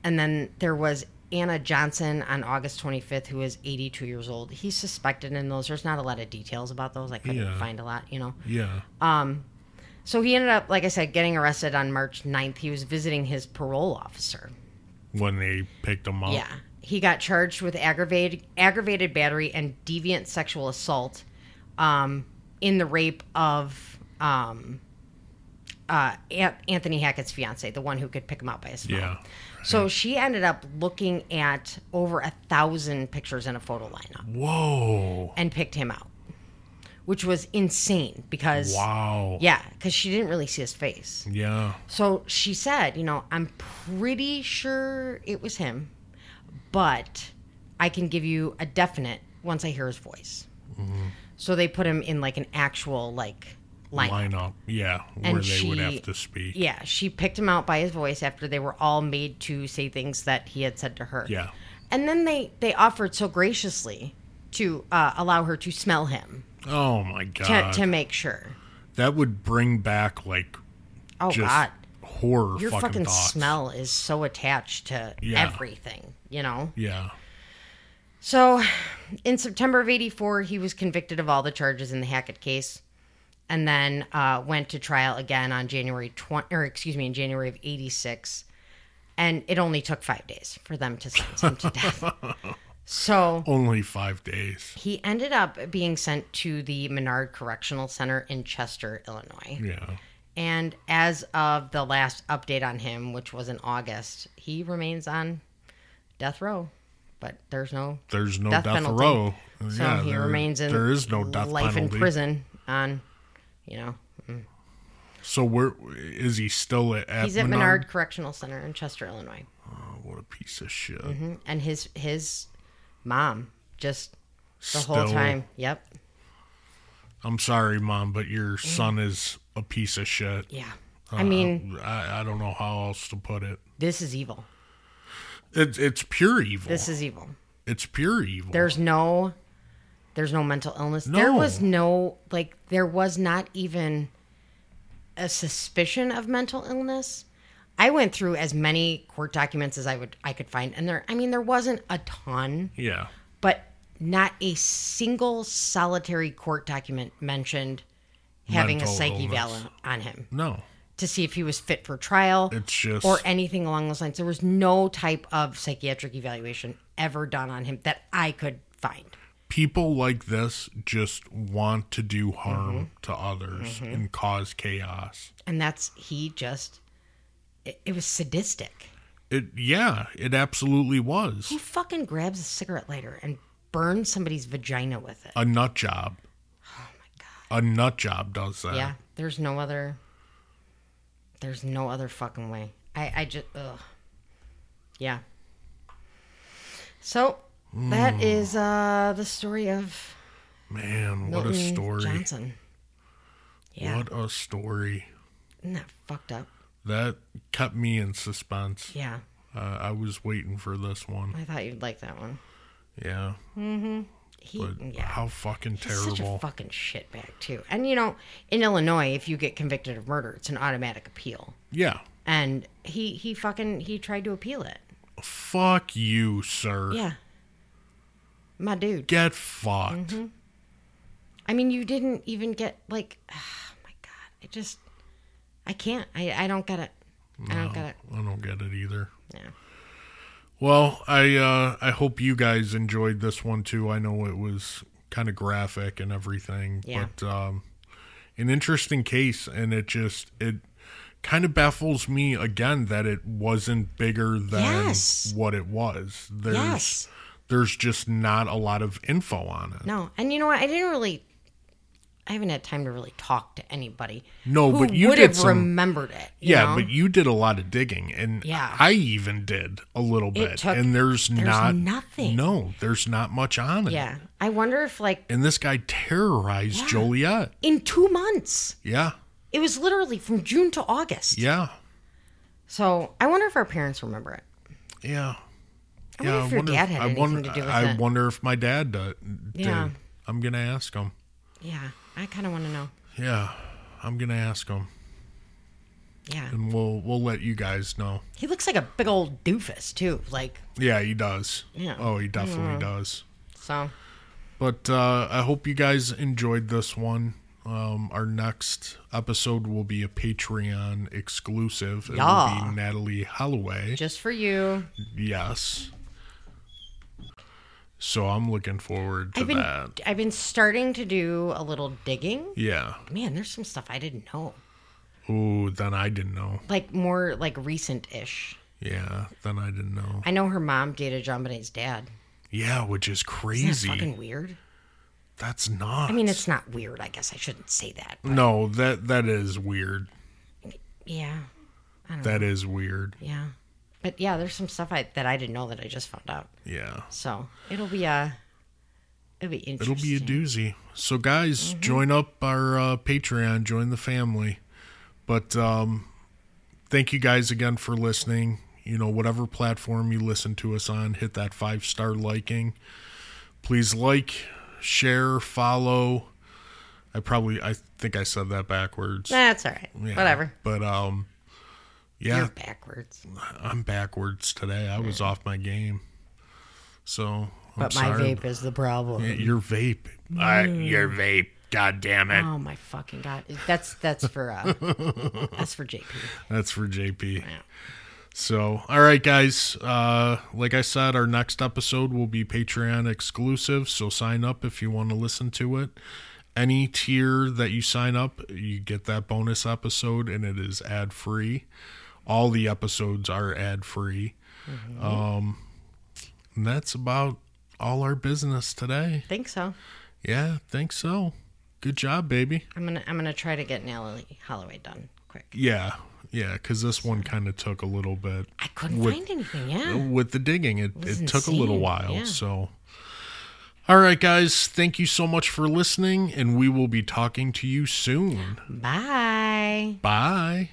And then there was Anna Johnson on August 25th, who is 82 years old. He's suspected in those. There's not a lot of details about those. I couldn't Yeah. find a lot, you know. Yeah. So he ended up, like I said, getting arrested on March 9th. He was visiting his parole officer. when they picked him up. Yeah. He got charged with aggravated aggravated battery and deviant sexual assault um, in the rape of um, uh, An- Anthony Hackett's fiance, the one who could pick him up by his phone. Yeah. So she ended up looking at over a thousand pictures in a photo lineup Whoa. and picked him out, which was insane because, Wow. yeah, because she didn't really see his face. Yeah. So she said, you know, I'm pretty sure it was him, but I can give you a definite once I hear his voice. Mm-hmm. So they put him in like an actual like line. Line up. Yeah. Where And they would she- have to speak. Yeah. Yeah, she picked him out by his voice after they were all made to say things that he had said to her. And then they they offered so graciously to uh, allow her to smell him Oh my to, god. to make sure. that would bring back like Oh just god. horror Your fucking, fucking thoughts. smell is so attached to Yeah. everything, you know? Yeah. So, in September of 84, he was convicted of all the charges in the Hackett case and then uh, went to trial again on January 20, or excuse me, in January of 86. And it only took five days for them to sentence him to death. So, Only five days. he ended up being sent to the Menard Correctional Center in Chester, Illinois. Yeah. And as of the last update on him, which was in August, he remains on death row, but there's no There's no death, Death penalty. row. So yeah, he there- remains in there is no death life penalty. in prison on, you know, So where is he still at? at he's at Menard Correctional Center in Chester, Illinois, Oh, what a piece of shit. Mhm. and his his mom just the Still- whole time. Yep. I'm sorry, mom, but your Mm-hmm. son is a piece of shit. Yeah. Uh, I mean, I, I don't know how else to put it. this is evil. It's it's pure evil. This is evil. it's pure evil. There's no there's no mental illness. There No. was no like there was not even a suspicion of mental illness. I went through as many court documents as I would I could find and there I mean there wasn't a ton, yeah. but not a single solitary court document mentioned having Mental a psyche illness. eval on him No. to see if he was fit for trial It's just or anything along those lines. There was no type of psychiatric evaluation ever done on him that I could find. people like this just want to do harm Mm-hmm. to others and cause chaos. And that's he just it, it was sadistic. It yeah, it absolutely was. Who fucking grabs a cigarette lighter and burns somebody's vagina with it? A nut job. A nut job does that. Oh yeah, there's no other there's no other fucking way. I I just ugh. Yeah. So Hmm. that is uh the story of Man, what Milton a story. Johnson. Yeah. What a story. Isn't that fucked up? That kept me in suspense. Yeah. Uh, I was waiting for this one. I thought you'd like that one. Yeah. He, But Mm-hmm. yeah, how fucking he's such a terrible. fucking shitbag too. And you know, in Illinois, if you get convicted of murder, it's an automatic appeal. yeah. And he he fucking he tried to appeal it. Fuck you, sir. Yeah, my dude. Get fucked. Mm-hmm. I mean, you didn't even get like, oh my god. I just, I can't. I I don't get it. I don't get it. I don't get it either. Yeah. Well, I uh, I hope you guys enjoyed this one too. I know it was kind of graphic and everything, Yeah. but um, an interesting case, and it just it kind of baffles me again that it wasn't bigger than Yes. what it was. There's Yes. there's just not a lot of info on it. No, and you know what? I didn't really. I haven't had time to really talk to anybody. No, who but you would did have some- remembered it. you yeah, know? but you did a lot of digging, and Yeah. I even did a little bit. took- and there's, not nothing. No, there's not much on it. yeah. I wonder if like And this guy terrorized Joliet. in two months. Yeah. It was literally from June to August. Yeah. So I wonder if our parents remember it. Yeah. I wonder if your dad had I anything wonder, to do with I it. wonder if my dad do- did. Yeah. I'm going to ask him. yeah, I kind of want to know. Yeah. I'm going to ask him. Yeah. and we'll we'll let you guys know. He looks like a big old doofus too. Like Yeah, he does. Yeah. Oh, he definitely does. so. But uh, I hope you guys enjoyed this one. Um, our next episode will be a Patreon exclusive. It will Yeah. be Natalie Holloway. Just for you. Yes. So I'm looking forward to I've been that. I've been starting to do a little digging. Yeah. Man, there's some stuff I didn't know. Ooh, then I didn't know. Like more like recent ish. Yeah, then I didn't know. I know her mom dated John Bonet's dad. Yeah, which is Isn't crazy. that fucking weird? That's not. I mean, it's not weird. I guess I shouldn't say that. no that that is weird. Yeah, That is weird. yeah, but yeah, there's some stuff I that I didn't know that I just found out. Yeah. So it'll be a, it'll be It'll interesting. Mm-hmm. be a doozy. So guys, join up our uh, Patreon, join the family. But um, thank you guys again for listening. You know, whatever platform you listen to us on, hit that five star liking. Please like, share, follow. I probably, I think I said that backwards. That's all right. Yeah, Eh, Whatever. But um, yeah, You're backwards, I'm backwards today. I was off my game, so I'm but my sorry. vape is the problem. Your vape. I, your vape. God damn it. Oh my fucking god! That's that's for uh, that's for JP. That's for JP. So, all right, guys. Uh, like I said, our next episode will be Patreon exclusive. So sign up if you want to listen to it. Any tier that you sign up, you get that bonus episode, and it is ad free. All the episodes are ad free. Mm-hmm. Um, and that's about all our business today. Think so. Yeah, think so. Good job, baby. I'm gonna I'm gonna try to get Natalie Holloway done quick. Yeah, yeah, because this one kind of took a little bit I couldn't With- find anything. Yeah. with the digging. It, is it took a little insane, while. yeah. So, all right, guys, thank you so much for listening, and we will be talking to you soon. Bye. Bye.